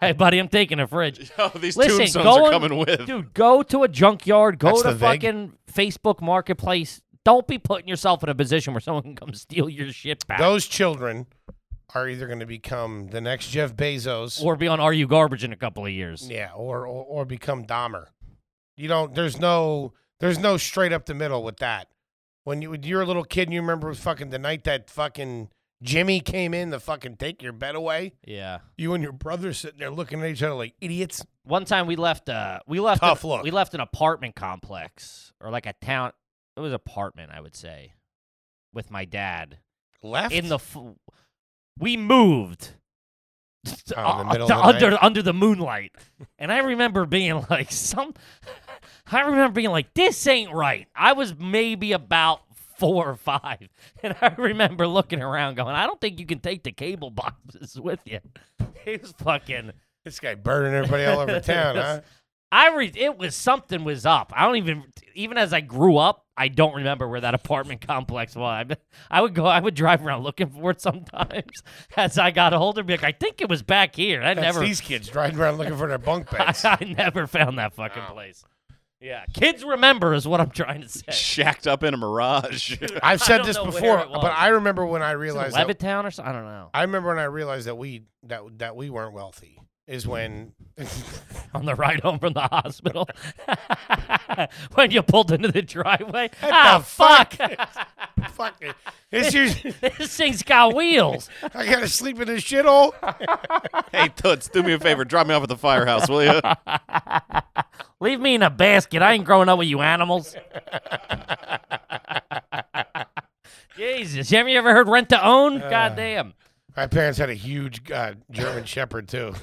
hey, buddy, I'm taking a fridge. Yo, Oh, these Listen, tombstones go are on- coming with. Dude, go to a junkyard. Go That's to the vig. fucking Facebook Marketplace. Don't be putting yourself in a position where someone can come steal your shit back. Those children are either going to become the next Jeff Bezos, or be on Are You Garbage in a couple of years. yeah, or, or or become Dahmer. You don't. There's no. There's no straight up the middle with that. When you when you're a little kid, and you remember fucking the night that fucking Jimmy came in to fucking take your bed away. yeah. You and your brother sitting there looking at each other like idiots. One time we left uh we left Tough an, look. we left an apartment complex or like a town it was apartment I would say with my dad Left in the f- we moved Oh, in the middle to of the night? under under (laughs) the moonlight and I remember being like some I remember being like this ain't right I was maybe about four or five (laughs) and I remember looking around going I don't think you can take the cable boxes with you (laughs) it was fucking This guy burning everybody all (laughs) over town, huh? I re- it was something was up. I don't even even as I grew up, I don't remember where that (laughs) apartment complex was. (laughs) I, I would go, I would drive around looking for it sometimes (laughs) as I got older. Be like, I think it was back here. I That's never, these kids driving around looking for their bunk (laughs) I, beds. I never found that fucking place. Yeah, kids remember is what I'm trying to say. shacked up in a mirage. (laughs) I've said don't this know where before, it was. but I remember when I realized that, Levittown or something. I don't know. I remember when I realized that we that that we weren't wealthy is when (laughs) (laughs) On the ride home from the hospital, (laughs) when you pulled into the driveway. the ah, fuck? fuck. (laughs) fuck it. It's your, this thing's got wheels. I gotta sleep in this shithole. hey, Toots, do me a favor. Drop me off at the firehouse, will (laughs) you? Leave me in a basket. I ain't growing up with you animals. Jesus. Have you ever heard rent to own? Uh, God damn. My parents had a huge uh, German Shepherd (laughs) too.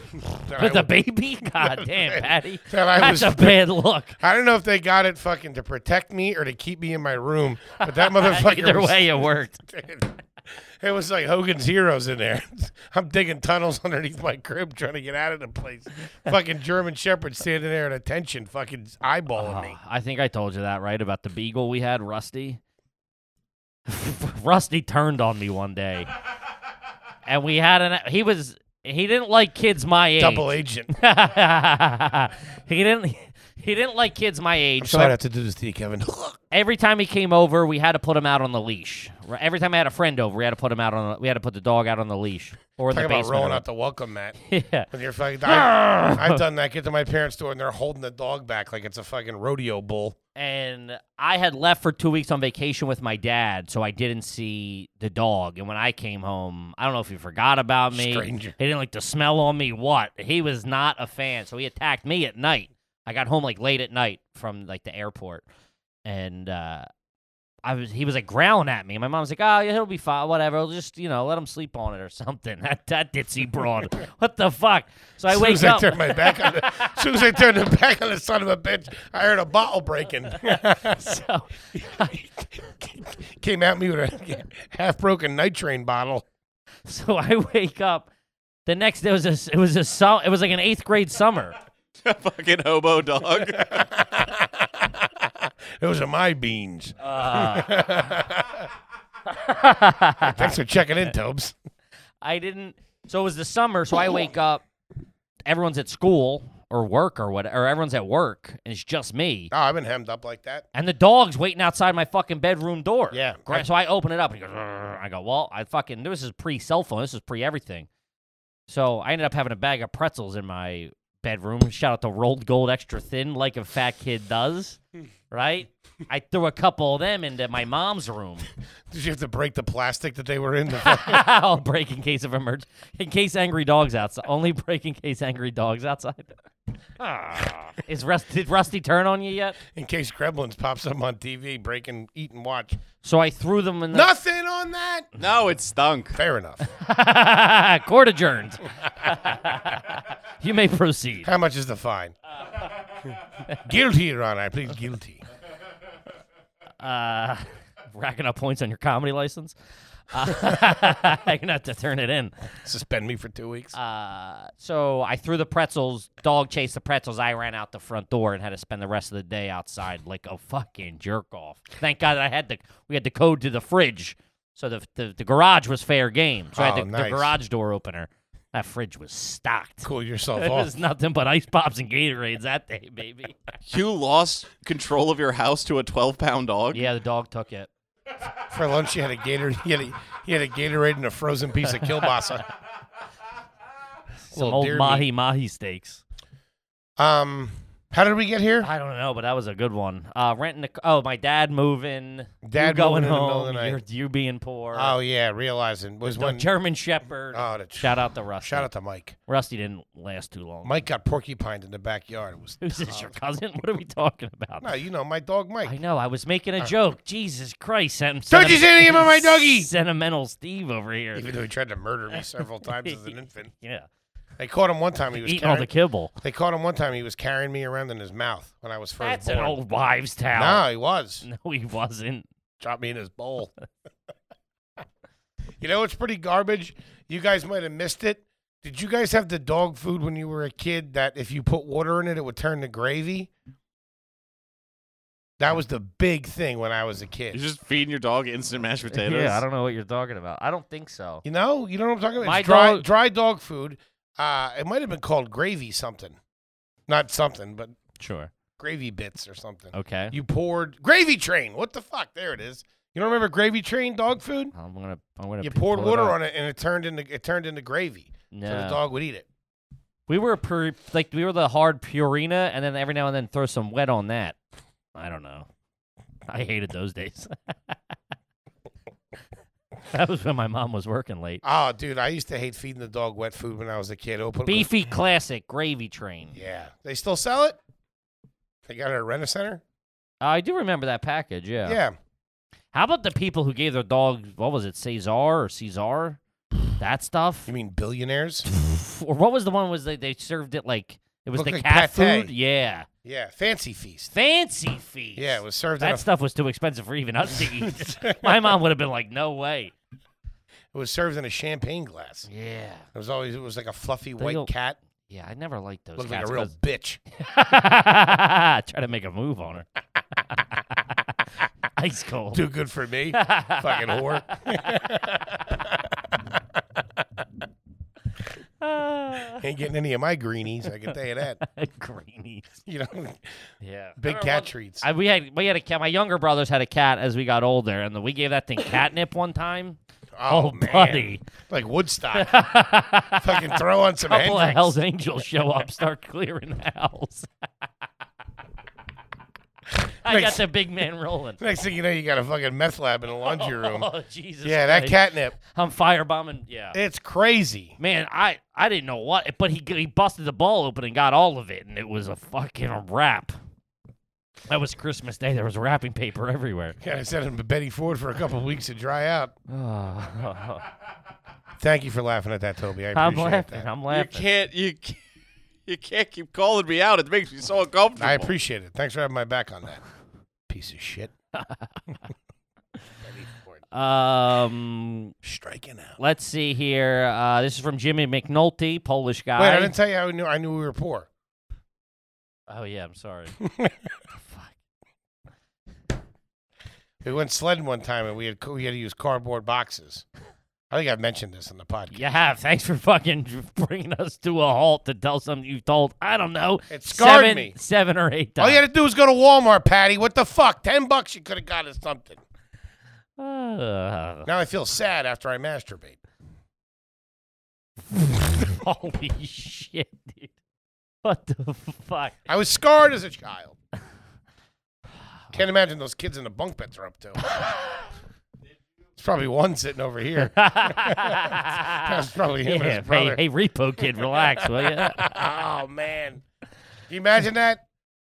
That I With a would- (laughs) baby? God damn, Patty. that I That's was- a bad look. I don't know if they got it fucking to protect me or to keep me in my room, but (laughs) that motherfucker. Either was- way, it worked. (laughs) It was like Hogan's Heroes in there. (laughs) I'm digging tunnels (laughs) underneath my crib trying to get out of the (laughs) place. fucking German Shepherd standing there at attention, fucking eyeballing me. Oh, I think I told you that, right? About the beagle we had, Rusty. (laughs) Rusty turned on me one day. And we had an. He was. He didn't like kids my age. Double agent. (laughs) he didn't. He didn't like kids my age. (laughs) So I'd have to do this to you, Kevin. (laughs) every time he came over, we had to put him out on the lesh. Right- Every time I had a friend over, we had to put him out on. The, we had to put the dog out on the leash or in Talk the about basement. rolling or- out the welcome mat. (laughs) yeah. When you're (laughs) fucking, I, I've done that. Get to my parents' door and they're holding the dog back like it's a fucking rodeo bull. And I had left for two weeks on vacation with my dad, so I didn't see the dog. And when I came home, I don't know if he forgot about me. Stranger. He didn't like the smell on me. What? He was not a fan, so he attacked me at night. I got home like late at night from like the airport, and uh, I was he was like growling at me. And my mom was like, "Oh, yeah, he'll be fine. Whatever. We'll just you know let him sleep on it or something." (laughs) That that (laughs) ditzy broad. what the fuck? So I As soon wake as I up. turned my back (laughs) on the, as soon as I turned the back on the son of a bitch, I heard a bottle (laughs) breaking. (laughs) (laughs) so Came at me with a (laughs) half broken nitrate bottle. (laughs) So I wake up the next day was a it was a su- it was like an eighth grade summer. Fucking (laughs) hobo dog. Those are my beans. (laughs) Uh, Thanks for checking in, Tobes. I didn't. So it was the summer. So I wake up. Everyone's at school or work or what, or everyone's at work, and it's just me. Oh, I've been hemmed up like that. And the dog's waiting outside my fucking bedroom door. Yeah. Gra- So I open it up and he goes, "Rrr." I go, well, I fucking, this is pre cell phone. This is pre everything. So I ended up having a bag of pretzels in my bedroom. Shout out to Rolled Gold Extra Thin, like a fat kid does. Right? I threw a couple of them into my mom's room. (laughs) Did you have to break the plastic that they were in? I'll break in case of emergency. In case angry dogs outside. Only break in case angry dogs outside. (laughs) Ah. Is Rust, did Rusty turn on you yet? in case Gremlins pops up on TV, break and eat and watch. So I threw them in the. Nothing on that. no, it stunk. Fair enough. (laughs) Court adjourned. you may proceed. How much is the (laughs) fine? guilty, Your Honor. I plead guilty. Uh, racking up points on your comedy license. Uh, (laughs) you're gonna have to turn it in. Suspend me for two weeks. Uh, so I threw the pretzels. Dog chased the pretzels. I ran out the front door and had to spend the rest of the day outside like a fucking jerk off. Thank God I had the we had the code to the fridge, so the the, the garage was fair game. So I had Oh, the, nice. the garage door opener. That fridge was stocked. Cool Oh, yourself (laughs) It off. was nothing but ice pops and Gatorades that day, baby. You lost control of your house to a 12 pound (laughs) dog? Yeah, the dog took it. For lunch, you had a Gator. He had a, he had a Gatorade and a frozen piece of kielbasa. Some Little old deer mahi meat. mahi steaks. Um, how did we get here? I don't know, but that was a good one. Uh, renting a c- oh, my dad moving, you Dad moving in going the middle of home, the night. you're- you being poor. Oh yeah, realizing was the when. German Shepherd. Oh, the shout out to Rusty. Shout out to Mike. Rusty didn't last too long. Mike got porcupined in the backyard. It (laughs) was Who's this? Your cousin? What are we talking about? no, you know my dog Mike. I know. I was making a joke. Jesus Christ! Sen- Don't you say anything about my doggy! (laughs) Sentimental Steve over here. Even though he tried to murder me several times as (laughs) an infant, Yeah, they caught him one time. He was eating all carrying, the kibble. They caught him one time. He was carrying me around in his mouth when I was first That's born. an old wives' tale. No, he was. (laughs) No, he wasn't. Dropped me in his bowl. (laughs) you know, it's pretty garbage. You guys might have missed it. Did you guys have the dog food when you were a kid that if you put water in it, it would turn to gravy? That was the big thing when I was a kid. You're just feeding your dog instant mashed potatoes. Yeah, I don't know what you're talking about. I don't think so. You know, you know what I'm talking about. My it's dry, dog- dry dog food. Uh, it might have been called gravy something, not something, but Sure. gravy bits or something. Okay. You poured gravy train. What the fuck? There it is. You don't remember gravy train dog food? I'm gonna. I'm gonna. You p- poured pull water up. on it and it turned into it turned into gravy, No. so the dog would eat it. We were pur- like we were the hard Purina, and then every now and then throw some wet on that. I don't know. I hated those days. (laughs) that was when my mom was working late. Oh, dude, I used to hate feeding the dog wet food when I was a kid. Open Beefy classic gravy train. Yeah, they still sell it. They got it at Rent a Center. I do remember that package. Yeah. yeah. How about the people who gave their dogs? What was it, Caesar or Caesar? That stuff. You mean billionaires? (laughs) or what was the one? Was they they served it like it was Looked the like cat pate. food? Yeah. Yeah, fancy feast. Fancy feast. Yeah, it was served in a That stuff was too expensive for even us to (laughs) eat. My mom would have been like, "No way." It was served in a champagne glass. Yeah, It was always it was like a fluffy They white don't- cat. yeah. I never liked those. Looked like cats a real 'cause- (laughs) bitch. Try to make a (laughs) move on her. Ice cold. Too good for me. Fucking whore. Ah, Ain't getting any of my greenies, I can tell you that. (laughs) Greenies. You know, (laughs) Yeah. big cat treats. I, we had we had a cat. My younger brothers had a cat as we got older, and we gave that thing catnip one time. oh, man. buddy. Like (laughs) Woodstock. Couple Fucking throw on some of Hendrix. Hell's Angels show up, start clearing the house. (laughs) I got (laughs) Makes- the big man rolling. Next thing you know, you got a fucking meth lab in the laundry (laughs) room. (laughs) Oh Jesus! yeah, that Christ. catnip. I'm firebombing. Yeah. It's crazy. Man, I, I didn't know what, but he he busted the ball open and got all of it, and it was a fucking wrap. That was Christmas Day. There was wrapping paper (sighs) everywhere. Gotta send him to Betty Ford for a couple weeks to dry out. Oh, Thank you for laughing at that, Toby. I appreciate I'm laughing. that. I'm You laughing. can't. You can't, you can't keep calling me out. It makes me so uncomfortable. I appreciate it. Thanks for having my back on that. Piece of (laughs) shit. Um, Striking out. let's see here. Uh, this is from Jimmy McNulty, Polish guy. Wait, I didn't tell you I knew I knew we were poor. oh yeah, I'm sorry. We went sledding one time and we had we had to use cardboard boxes. I think I've mentioned this on the podcast. You have. Thanks for fucking (laughs) bringing us to a halt to tell something you told. I don't know. It scarred seven, me. Seven or eight All times. you had to do was go to Walmart, Patty. What the fuck? Ten bucks you could have got us something. (sighs) Uh, Now I feel sad after I masturbate. (laughs) holy shit, dude. What the (laughs) fuck? I was scarred as a child. (sighs) Can't imagine those kids in the bunk beds are up to. It's probably one sitting over (laughs) here. That's probably him and Yeah, his brother. Hey, hey, Repo Kid, relax, (laughs) will you? oh man. Can you imagine that?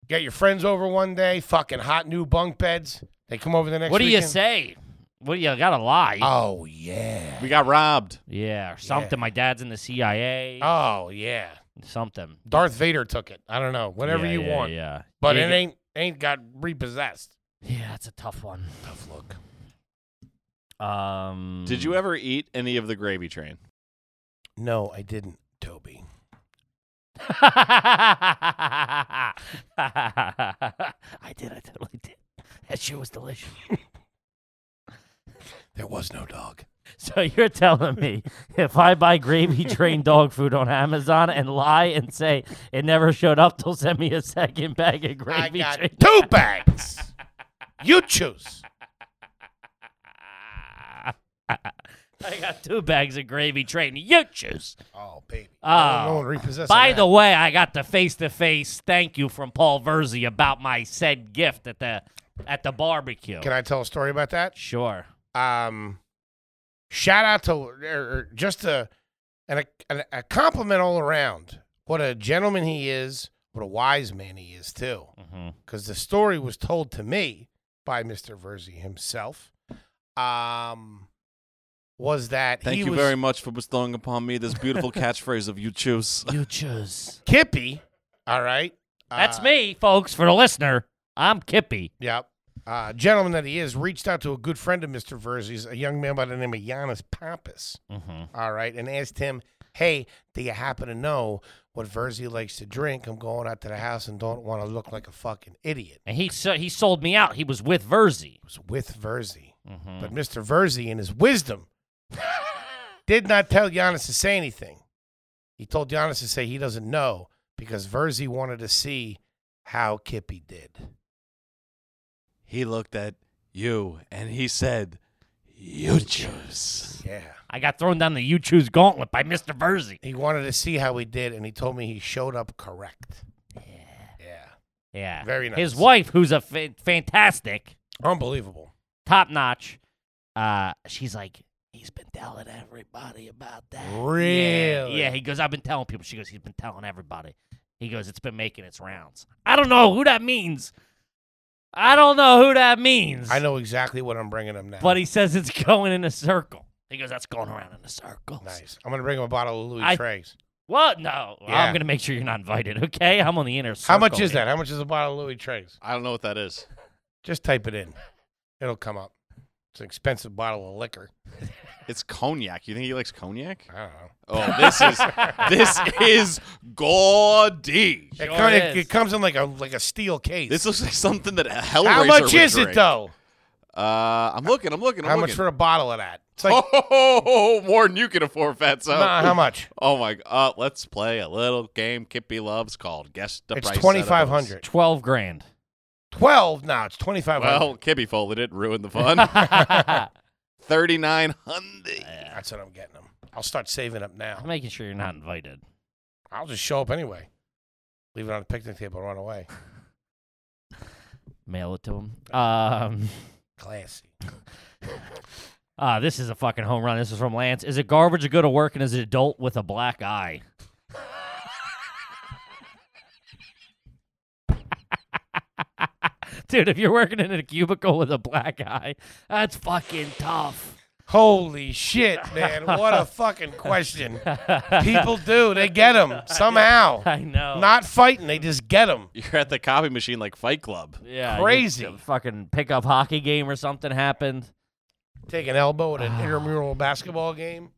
Get your friends over one day, fucking hot new bunk beds. They come over the next What do you weekend. say? What do you got to lie? Oh yeah. We got robbed. yeah, or something. My dad's in the CIA. Oh yeah. something. Darth Vader took it. I don't know. Whatever Yeah, you yeah, want. Yeah. But yeah, it ain't ain't got repossessed. Yeah, it's a tough one. Tough look. Um, (laughs) Did you ever eat any of the gravy train? No, I didn't, Toby. I did. I totally did. That shit was delicious. There was no dog. (laughs) So you're telling me if I buy (laughs) gravy train dog food on Amazon and lie and say it never showed up, they'll send me a second bag of I gravy got train. two bags. you choose. (laughs) I got two bags of gravy train. You choose. Oh, baby. Oh. no one repossessed. By that. the way, I got the face to face thank you from Paul Verzi about my said gift at the at the barbecue. Can I tell a story about that? sure. um, shout out to or, or just a and a, a compliment all around. What a gentleman he is. What a wise man he is too. Mhm. Because the story was told to me by Mister Verzi himself. Um, was that Thank he you was, very much for bestowing upon me this beautiful catchphrase of "You (laughs) choose." You choose. Kippy? All right, That's uh, me, folks. For the listener, I'm Kippy. Yep. Uh, gentleman that he is reached out to a good friend of Mr. Verzi's, a young man by the name of Giannis Pappas. Mm. Mm-hmm. all right, and asked him hey, do you happen to know what Verzi likes to drink? I'm going out to the house and don't want to look like a fucking idiot. And he so, he sold me out. He was with Verzi. It was with Verzi. Mm-hmm. But Mr. Verzi, in his (laughs) wisdom, did not tell Giannis to say anything. He told Giannis to say he doesn't know because Verzi wanted to see how Kippy did. He looked at you and he said, "You choose." Yeah. I got thrown down the you choose gauntlet by Mr. Verzi. He wanted to see how he did, and he told me he showed up correct. Yeah. Yeah, Very nice. His wife, who's a fa- fantastic, Unbelievable. top notch. Uh, she's like, he's been telling everybody about that. Yeah, Really? Yeah, He goes, I've been telling people. She goes, he's been telling everybody. He goes, it's been making its rounds. I don't know who that means. I don't know who that means. I know exactly what I'm bringing him now. but he says it's (laughs) going in a circle. He goes, that's going around in a circle. Nice. I'm gonna bring him a bottle of Louis I- Trey's. What? No, Yeah. I'm gonna make sure you're not invited. Okay, I'm on the inner circle. How much is here. that? How much is a bottle of Louis Trey's? I don't know what that is. Just type it (laughs) in. It'll come up. It's an expensive bottle of liquor. It's cognac. You think he likes cognac? I don't know. Oh, this is this is gaudy. It, Sure come- it- is. it comes in like a like a steel case. This looks like something that a Hellraiser How much would is it drink. though? Uh, I'm looking. I'm looking. I'm How looking. much for a bottle of that? It's like (laughs) Oh, more than you can afford, Fatso. (laughs) nah, how much? Oh my god! Let's play a little game Kippy loves called Guess (laughs) the It's Price. that it twenty five is. hundred. Twelve grand. Twelve? No, it's twenty five hundred. Well, Kippy folded it, ruined (laughs) the fun. (laughs) I'm Thirty nine hundred. That's what I'm getting them. I'll start saving up now. making sure you're not invited. I'll just show up anyway. Leave it on the picnic table and run away. Mail it to him. Um, Classy. uh, this is a fucking home run. This is from Lance. Is it garbage to go to work and is an adult with a black eye? (laughs) Dude, if you're working in a cubicle with a black eye, that's fucking tough. Holy (laughs) shit, man. What a fucking question. People do. They get (laughs) them somehow. I know. Not fighting, they just get them. You're at the copy machine like (laughs) Fight Club. yeah, you- crazy. a Fucking pickup hockey game or something happened. Take an elbow at Ah. an intramural basketball game.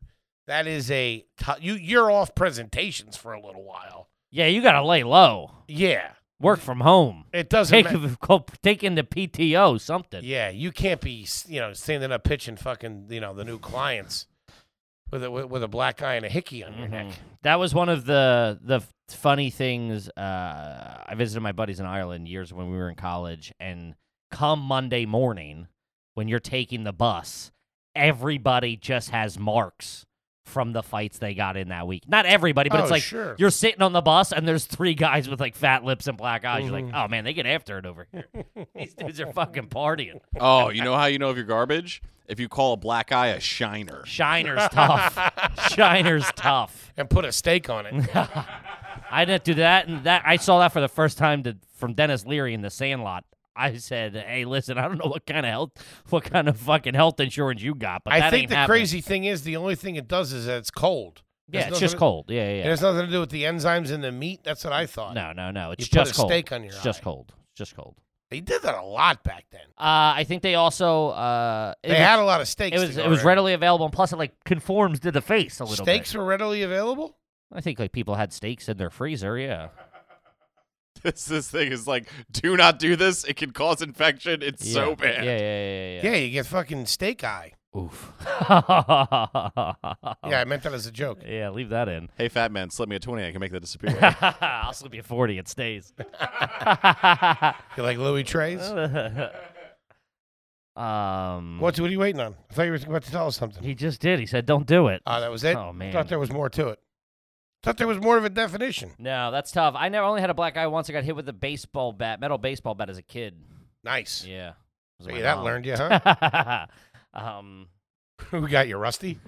That is a tou- you you're off presentations for a little while. Yeah, you gotta lay low. Yeah. Work from home. It doesn't Take ma- a- (laughs) go- take in the PTO something. Yeah, you can't be, s- you know, standing up pitching fucking, you know, the new clients with a with, with a black eye and a hickey on your neck. Mm-hmm. That was one of the the f- funny things. Uh, I visited my buddies in Ireland years when we were in college, and come Monday morning, when you're taking the bus, everybody just has marks from the fights they got in that week. Not everybody, but Oh, it's like sure. you're sitting on the bus and there's three guys with like fat lips and black eyes. You're Mm-hmm. like, oh man, they get after it over (laughs) here. These dudes are fucking partying. Oh, you know how you know if you're garbage? If you call a black eye a (laughs) shiner. Shiner's tough. Shiner's tough. And put a stake on it. I didn't do that, and that I saw that for the first time to, from Dennis Leary in The Sandlot. I said, "Hey, listen, I don't know what kind of health, what kind of fucking health insurance you got, (laughs) but I that think ain't the happening." crazy thing is the only thing it does is that it's cold. Yeah, There's it's just nothing- cold. Yeah, yeah. It has nothing to do with the enzymes in the meat. That's what I yeah. thought. No, no, no. It's You put just a cold. steak on your it's just eye. cold. It's just cold. They did that a lot back then. Uh, I think they also uh, it They was, had a lot of steaks. it to was go it was around. readily available, and plus it like conforms to the face a little Steaks bit. were readily available. I think like people had steaks in their freezer. Yeah. (laughs) This this thing is like, do not do this. It can cause infection. It's yeah. so bad. Yeah, yeah, yeah, Yeah, yeah. you get fucking steak eye. yeah. (laughs) Oof. Yeah, I meant that as a joke. (laughs) Yeah, leave that in. Hey, fat man, slip me a twenty. I can make (laughs) that disappear. I'll slip you 40. It stays. (laughs) You like Louis Trey's? um, What, what are you waiting on? I thought you were about to tell us something. He just did. He said, don't do it. Ah, that was it. Oh, I man. thought there was more to it. Thought there was more of a definition. no, that's tough. I never only had a black eye once. I got hit with a baseball bat, metal baseball bat as a kid. Nice. Yeah. It was Hey, my that mom. learned you, (laughs) huh? um, (laughs) Who got you, Rusty?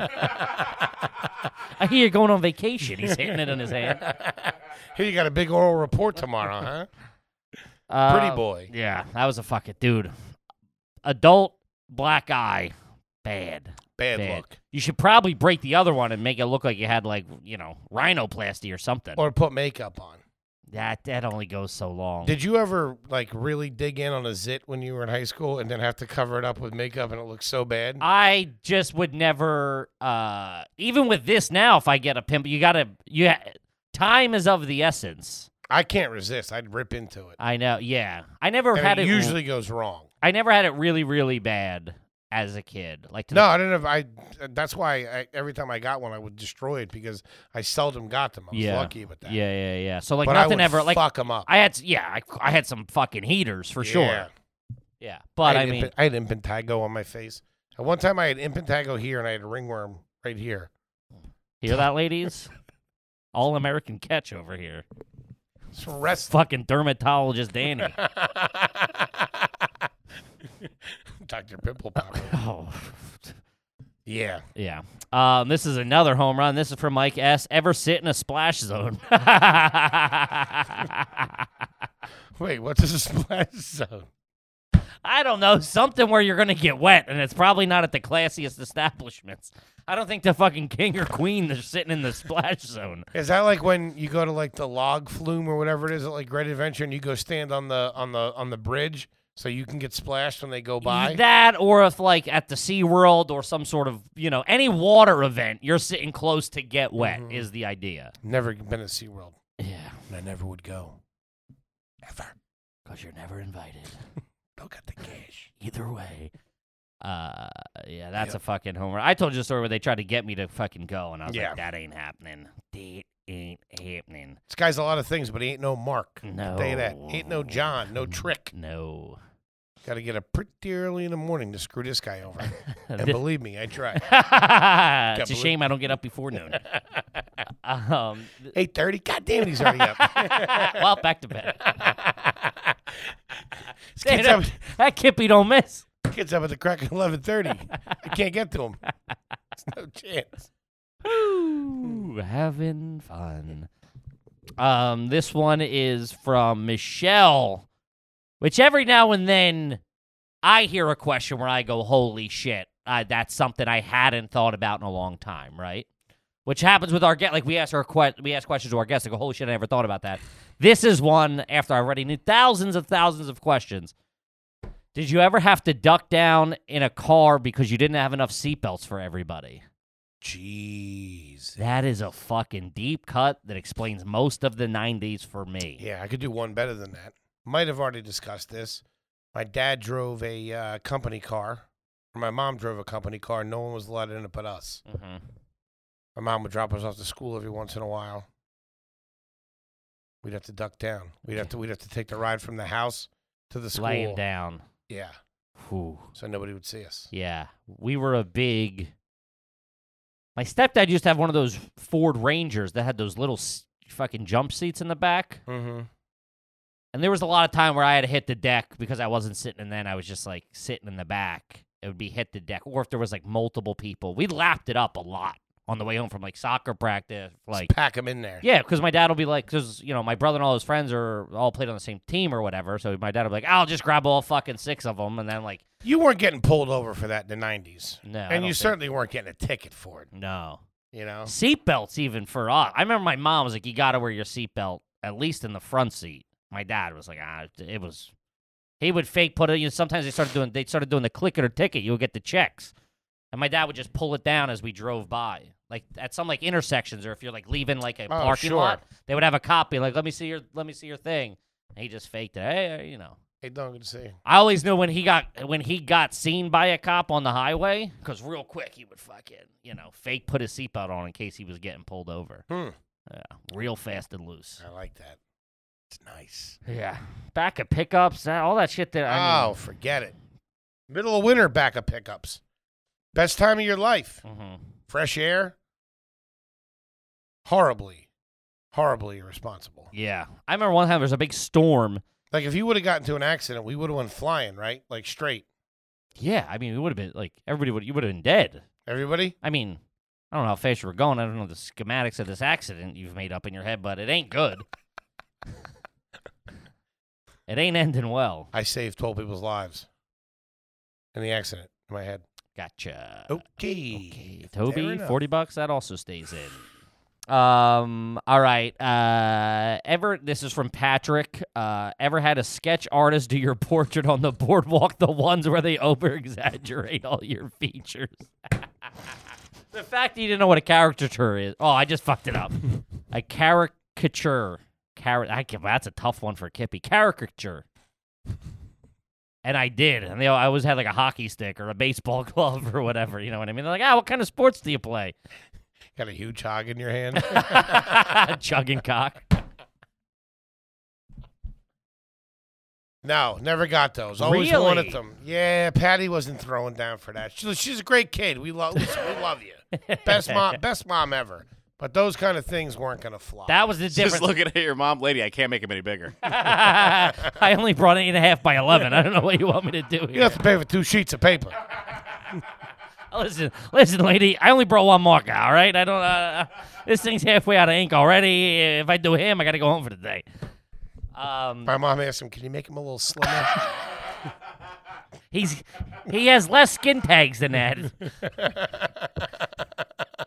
I hear you're going on vacation. He's hitting it in his hand. Here, you got a big oral report tomorrow, (laughs) huh? (laughs) Pretty Uh, boy. Yeah, that was a fucking dude. Adult black eye. Bad. Bad, bad. look. You should probably break the other one and make it look like you had like you know rhinoplasty or something. Or put makeup on. That that only goes so long. Did you ever like really dig in on a zit when you were in high school and then have to cover it up with makeup and it looks so bad? I just would never. Uh, even with this now, if I get a pimple, you gotta. You ha- time is of the essence. I can't resist. I'd rip into it. I know. Yeah, I never And had it it. usually goes wrong. I never had it really, really bad as a kid. Like to the No, I didn't have. I. That's why I, every time I got one, I would destroy it because I seldom got them. I was Yeah. lucky with that. Yeah, yeah, yeah. So like but I nothing would ever like fuck them up I had s- yeah, I, I had some fucking heaters for Yeah. sure. Yeah. But I, had mean impen- I had impetigo on my face. At one time, I had impetigo here and I had a ringworm right here. (laughs) hear that ladies? All American catch over here. It's wrestling. Fucking dermatologist Danny. (laughs) Doctor Pimple Popper. (laughs) oh. Yeah. Yeah. Um, this is another home run. This is from Mike S. Ever sit in a splash zone? (laughs) I Wait, what's a (laughs) splash zone? don't know. Something where you're going to get wet, and it's probably not at the classiest establishments. I don't think the fucking king or queen is sitting in the splash zone. Is that like when you go to like the log flume or whatever it is at like Great Adventure and you go stand on the on the on the bridge so you can get splashed when they Oh, go by? That or if like at the Sea World or some sort of you know any water event, you're sitting close to get wet is the idea. Never been to SeaWorld. Mm-hmm. Yeah, And I never would go. Ever. because you're never invited. Look at the cash. Either way. Uh yeah, that's a fucking homer. I told you a story where they tried to get me to fucking go, and I was Yeah. like, "That ain't happening. That ain't happening. This guy's a lot of things, but he ain't no Mark. No, Tell you Mm, that. Ain't no John, no trick. No." Got to get up pretty early in the morning to screw this guy (laughs) over. and This- believe me, I (laughs) tried. it's a believe- shame I don't get up (laughs) before noon. um, Eight thirty. God damn it, he's already up. (laughs) well, back to bed. (laughs) This Stand kid's up, up. (laughs) That kippy don't miss. kid's up at the crack of eleven thirty. I can't get to him. There's (laughs) no chance. Ooh, having fun. Um, this one is from Michelle, which every now and then I hear a question where I go, "Holy shit, I, that's something I hadn't thought about in a long time." Right? Which happens with our guest. Like we ask our que- we ask questions to our guests. I go, "Holy shit, I never thought about that." This is one after I already knew thousands of thousands of questions. Did you ever have to duck down in a car because you didn't have enough seatbelts for everybody? Jeez. That is a fucking deep cut that explains most of the 90s for me. Yeah, I could do one better than that. Might have already discussed this. My dad drove a uh, company car. Or my mom drove a company car. No one was allowed in it but us. Mhm. My mom would drop us off to school every once in a while. We'd have to duck down. We'd have to we'd have to take the ride from the house to the school. Laying down. Yeah. Whew. So nobody would see us. Yeah. We were a big. My stepdad used to have one of those Ford Rangers that had those little s- fucking jump seats in the back. Mm-hmm. And there was a lot of time where I had to hit the deck because I wasn't sitting in then. I was just like sitting in the back. It would be hit the deck. Or if there was like multiple people, we lapped it up a lot on the way home from like soccer practice. Like, Pack them in there. Yeah, because my dad will be like, because you know my brother and all his friends are all played on the same team or whatever. So my dad will be like, I'll just grab all fucking six of them, and then like, You weren't getting pulled over for that in the 90s. no, I and don't you think- certainly weren't getting a ticket for it, no you know? seatbelts even for us. I remember my mom was like, you got to wear your seatbelt at least in the front seat. My dad was like, ah, it was. He would fake put it. You know, sometimes they started doing they started doing the click it or ticket. You would get the checks, and my dad would just pull it down as we drove by. Like at some like intersections, or if you're like leaving like a Oh, parking sure. lot, they would have a copy like, "Let me see your, let me see your thing." And he just faked it. Hey, uh, you know. Hey, don't good to see. you. I always knew when he got when he got seen by a cop on the highway because real quick he would fucking you know fake put his seatbelt on in case he was getting pulled over. Hmm. Yeah, real fast and loose. I like that. It's nice. Yeah, back of pickups, that- all that shit. That I oh, forget it. Middle of winter, back of pickups. Best time of your life. mean, mhm. Fresh air. Horribly, horribly irresponsible. yeah. I remember one time there was a big storm. Like if you would have gotten into an accident, we would have went flying, right? Like straight. Yeah, I mean, it would have been like everybody would you would have been dead. Everybody. I mean, I don't know how fast you were going. I don't know the schematics of this accident you've made up in your head, but it ain't good. (laughs) it ain't ending well. I saved twelve people's lives in the accident in my head. Gotcha. Okay. Okay, Fair Toby, enough. forty bucks. That also stays in. Um. All right. Uh. Ever. This is from Patrick. Uh. Ever had a sketch artist do your portrait on the boardwalk? The ones where they (laughs) over exaggerate all your features. (laughs) the fact that you didn't know what a caricature is. Oh, I just fucked (laughs) it up. a caricature. Car- I can, that's a tough one for Kippy. Caricature. And I did. And they, I always had like a hockey stick or a baseball (laughs) glove or whatever. You know what I mean? They're like, ah, what kind of sports do you play? Got a huge hog in your (laughs) hand. Chugging cock. No, never got those. Always Really? wanted them. Yeah, Patty wasn't throwing down for that. She, she's a great kid. We love we love (laughs) you. Best mom, best mom ever. But those kind of things weren't gonna fly. That was the difference. Just looking at your mom, lady. I can't make him any bigger. (laughs) I only brought eight and a half by eleven. I don't know what you want me to do you here. have to pay for two sheets of paper. Listen, listen, lady. I only brought one marker. All right. I don't. Uh, this thing's halfway out of ink already. If I do him, I got to go home for the day. Um, My mom asked him, "Can you make him a little (laughs) slimmer?" he's he has less skin tags than (laughs) that.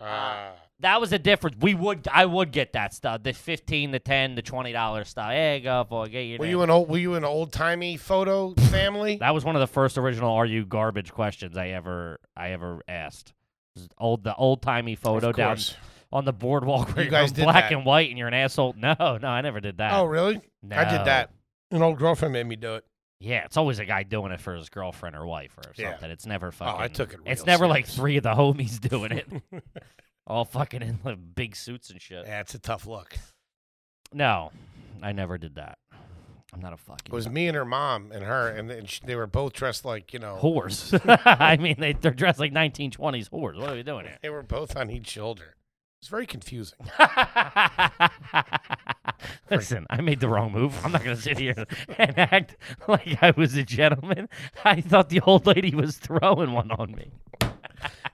Ah. Uh, That was the difference. We would I would get that stuff. The fifteen, the ten, the twenty dollar stuff. Hey, go boy, get your. were name. you an old Were you an old timey photo family? That was one of the first original "Are you garbage?" questions I ever I ever asked. It was old the old timey photo down course. on the boardwalk where You you're guys in did black that. and white and you're an asshole. No, no, I never did that. Oh, really? I No. did that. An old girlfriend made me do it. Yeah, it's always a guy doing it for his girlfriend or wife or Yeah. something. It's never Oh, fucking. I took it It's real never like serious. three of the homies doing it, (laughs) all fucking in like, big suits and shit. Yeah, it's a tough look. No, I never did that. I'm not a It fucking was me and her mom and her, and then she, they were both dressed like you know. (laughs) horse. (laughs) I mean, they, they're dressed like 1920s whores. What are we doing here? (laughs) They were both on each shoulder. It's very confusing. Listen, I made the wrong move. I'm not going to sit here (laughs) and act like I was a gentleman. I thought the old lady was throwing one on me. (laughs)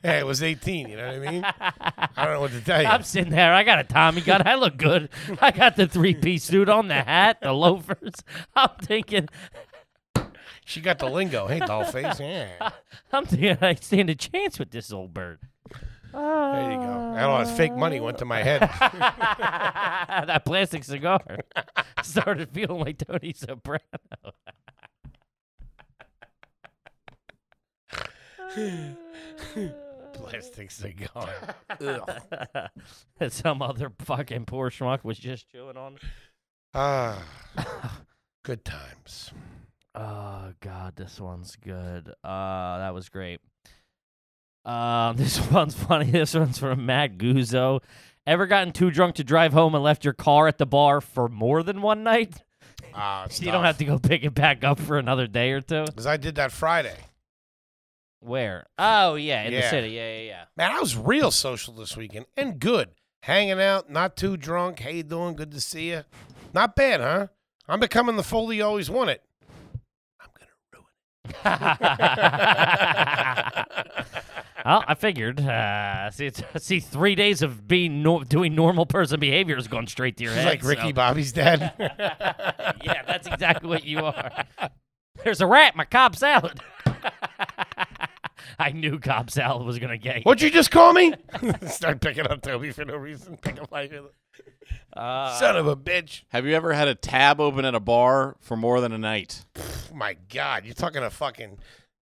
Hey, it was 18. You know what I mean? I don't know what to tell (laughs) you. (laughs) I'm sitting there. I got a Tommy gun. I look good. I got the three piece suit on, the hat, the loafers. (laughs) I'm thinking, She got the lingo. Hey, dollface. Yeah. I'm thinking, I stand a chance with this old bird. There you go. I don't know. it's Fake money (laughs) went to my (laughs) head. that plastic cigar (laughs) started feeling like Tony (laughs) Soprano. Plastic cigar. that (laughs) some other fucking poor schmuck was just chewing on. Ah, good times. Oh god, this one's good. Uh, that was great. Um, (laughs) this one's funny. This one's from Matt Guzzo. Ever gotten too drunk to drive home and left your car at the bar for more than one night? (laughs) Ah, it's So you don't tough. have to go pick it back up for another day or two. Cause I did that Friday. Where? Oh yeah, in the Yeah. city. Yeah, yeah, yeah. (laughs) Man, I was real social this weekend and good. Hanging out, not too drunk. How you doing? Good to see you. Not bad, huh? I'm becoming the fool you always wanted. I'm gonna ruin (laughs) well, I figured. Uh, see, (laughs) it's, see, three days of being nor- doing normal person behavior has gone straight to your it. She's head. like Ricky so- Bobby's dad. (laughs) yeah, that's exactly what you are. There's a rat in my cob salad. (laughs) I knew cob salad was gonna get. you. What'd you just call me? (laughs) Start picking up Toby for no reason. Pick up like Uh, son of a bitch. Have you ever had a tab open at a bar for more than a night? Pff, my God, you're talking to fucking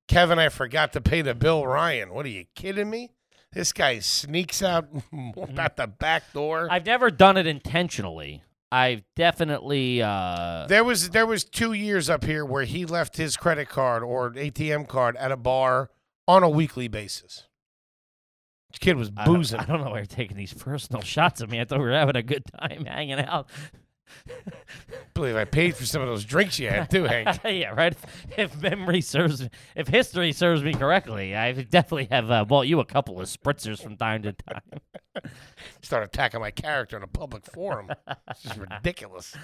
Kevin. I forgot to pay the Bill Ryan. What are you kidding me? This guy sneaks out (laughs) Mm-hmm. about the back door. I've never done it intentionally. I've definitely. Uh, There was there was two years up here where he left his credit card or ATM card at a bar on a weekly basis. This kid was I don't- boozing. I don't, know why you're taking these personal shots at me. I thought we were having a good time hanging out. (laughs) believe I paid for some of those drinks you had too, (laughs) Hank. yeah, right. If memory serves, me, if history serves me correctly, I definitely have uh, bought you a couple of spritzers from time to time. Start attacking my character in a public forum. This is (laughs) ridiculous.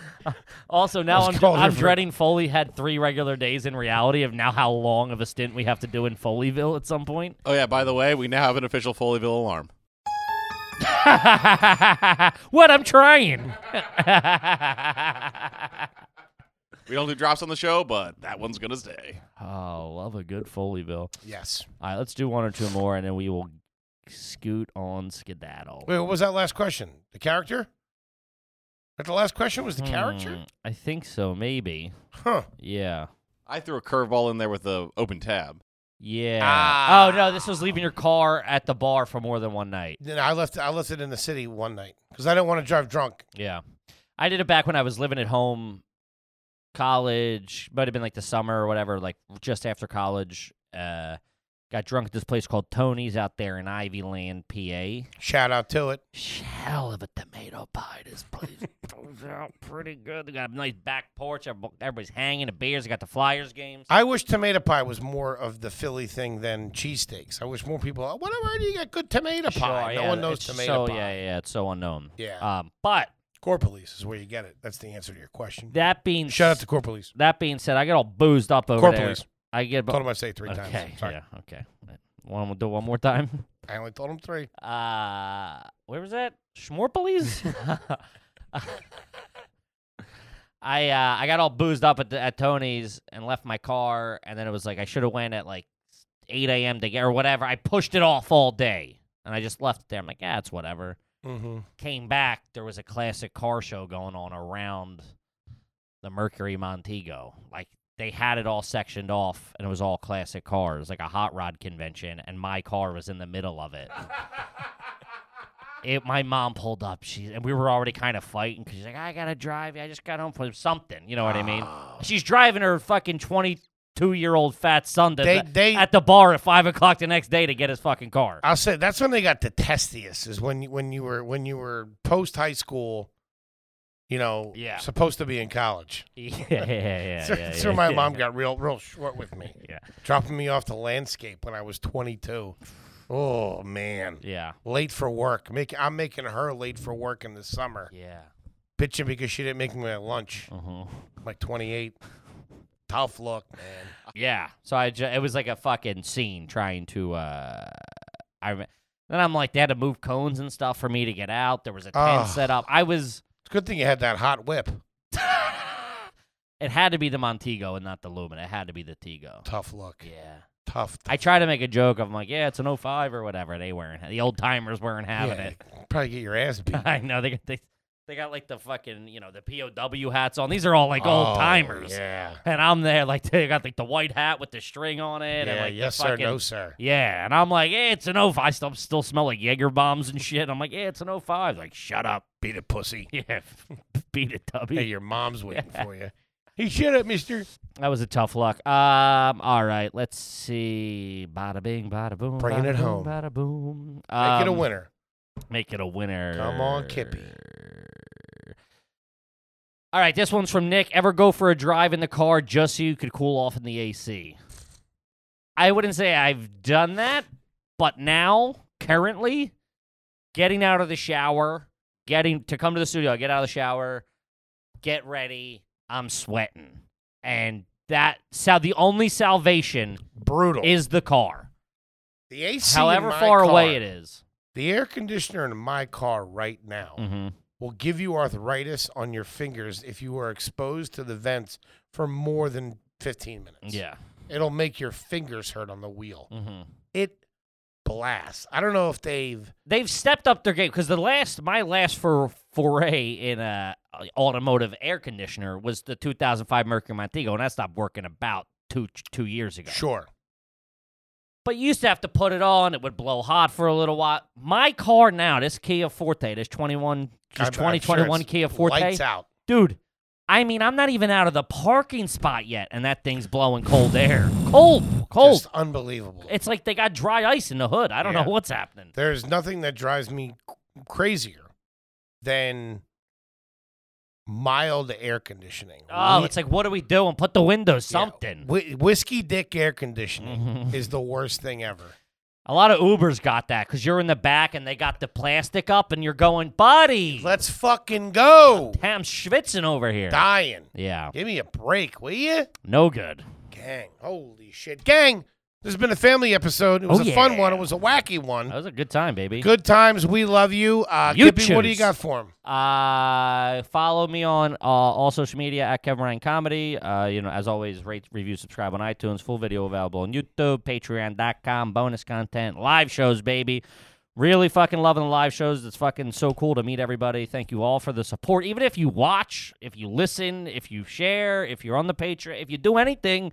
Also, now Let's I'm, call I'm her for- dreading Foley had three regular days in reality of now how long of a stint we have to do in Foleyville at some point. (laughs) Oh yeah. By the way, we now have an official Foleyville alarm. what? I'm trying. (laughs) We don't do drops on the show, but that one's gonna stay. oh, love a good Foleyville. Yes. All right, let's do one or two more, and then we will scoot on skedaddle. Wait, what was that last question? The character? But the last question was the character? Hmm, I think so, maybe. Huh. Yeah. I threw a curveball in there with the open tab. Yeah. Ah. Oh no, this was leaving your car at the bar for more than one night. Then I left I left it in the city one night because I didn't want to drive drunk. Yeah. I did it back when I was living at home, college, might have been like the summer or whatever, like just after college. Uh, got drunk at this place called Tony's out there in Ivyland, PA. Shout out to it. Hell of a tomato pie. This (laughs) place goes out pretty good. They got a nice back porch. everyb- Everybody's hanging the beers. They got the Flyers games. I wish tomato pie was more of the Philly thing than cheesesteaks. I wish more people, oh, whatever, you got good tomato pie. Sure, no yeah, one knows it's tomato so, pie. Yeah, yeah, it's so unknown. Yeah. Um, but Core police is where you get it. That's the answer to your question. that being Shout out to core police. that being said, I get all boozed up over Core there. police. I get Told him I say it three okay, times. Sorry. yeah, okay. One, we'll do one more time. I only told him three. (laughs) Uh, where was that? Schmorpalies? (laughs) I uh, I got all boozed up at, the, at Tony's and left my car, and then it was like I should have went at like 8 a.m. to get or whatever. I pushed it off all day, and I just left it there. I'm like, yeah, it's whatever. Mm-hmm. Came back, there was a classic car show going on around the Mercury Montego. Like they had it all sectioned off, and it was all classic cars, like a hot rod convention, and my car was in the middle of (laughs) it it, my mom pulled up. She and we were already kind of fighting because she's like, "I gotta drive. I just got home from something." You know what I mean? Ah. Ah. She's driving her fucking twenty-two-year-old fat son to They- the- they- at the bar at five o'clock the next day to get his fucking car. I'll say that's when they got the testiest is when you- when you were when you were post high school, you know, Yeah. supposed to be in college. (laughs) yeah, yeah, yeah. so, yeah, so yeah, my yeah. mom got real real short with me, (laughs) Yeah, dropping me off to landscape when I was 22. Oh man, yeah, late for work. Make, I'm making her late for work in the summer, yeah. bitching because she didn't make me my lunch. Uh-huh. I'm like 28. Tough look, man. (laughs) Yeah. So I ju- it was like a fucking scene trying to. uh I rem- then I'm like they had to move cones and stuff for me to get out. There was a tent Ah. set up. I was. (laughs) It's a good thing you had that hot whip. It had to be the Montego and not the Lumen. It had to be the Tego. Tough look. Yeah. Tough. I try to make a joke of 'em, like, yeah, it's an 05 or whatever. They weren't the old timers weren't having Yeah, it. Probably get your ass (laughs) beat. I know they got they they got like the fucking you know the POW hats on. These are all like Oh, old timers. Yeah. And I'm there like they got like the white hat with the string on it. and Yeah, like the yes, sir. fucking, No, sir. Yeah, and I'm like, yeah, it's an 05. I still, still smell like Jaeger bombs and shit. I'm like, yeah, it's an 05. Like, shut up. (laughs) Beat a pussy. Yeah, beat it, W. Hey, your (laughs) mom's waiting for you. Hey, shut up, mister. That was a tough luck. Um, all right, let's see. Bada bing, bada boom. Bringing bada it boom, home. Bada boom. Make it a Um, winner. Make it a winner. Come on, Kippy. All right, this one's from Nick. Ever go for a drive in the car just so you could cool off in the AC? I wouldn't say I've done that, but now, currently, getting out of the shower, getting to come to the studio, I get out of the shower, get ready, I'm sweating. And that so the only salvation Brutal. is the car. the AC. However Oh. in my far away car- it is. The air conditioner in my car right now Mm-hmm. will give you arthritis on your fingers if you are exposed to the vents for more than 15 minutes. Yeah. It'll make your fingers hurt on the wheel. Mm-hmm. It blasts. I don't know if they've. they've stepped up their game because the last my last for foray in a automotive air conditioner was the 2005 Mercury Montego, and that stopped working about two two years ago. Sure. But you used to have to put it on; it would blow hot for a little while. My car now, this Kia Forte, this 21, I'm- this I'm sure 2021 it's Kia Forte, Lights out. dude. I mean, I'm not even out of the parking spot yet, and that thing's blowing cold air. Cold, cold. Just unbelievable. it's like they got dry ice in the hood. I don't Yeah. know what's happening. There's nothing that drives me c- crazier than mild air conditioning. Oh, Whi- it's like, what do we do? And put the windows yeah, something. whi- whiskey dick air conditioning Mhm. is the worst thing (laughs) ever. A lot of Ubers got that because you're in the back and they got the plastic up and you're going, buddy, Let's fucking go. Ham Schwitzen over here. Dying. Yeah, Give me a break, will you? no good. Gang. Holy shit. Gang. This has been a family episode. It was Oh, a fun yeah. one. It was a wacky one. That was a good time, baby. Good times. We love you. Uh, You Kippy, what do you choose. got for him? Uh, follow me on uh, all social media at Kevin Ryan Comedy. Uh, you know, as always, rate, review, subscribe on iTunes. Full video available on YouTube, Patreon.com, bonus content, live shows, baby. Really fucking loving the live shows. It's fucking so cool to meet everybody. Thank you all for the support. Even if you watch, if you listen, if you share, if you're on the Patreon, if you do anything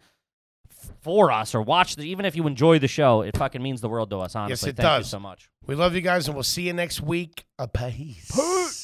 f- for us or watch, the, even if you enjoy the show, it fucking means the world to us, honestly. it Thank you does. so much. We love you guys, and we'll see you next week. A peace.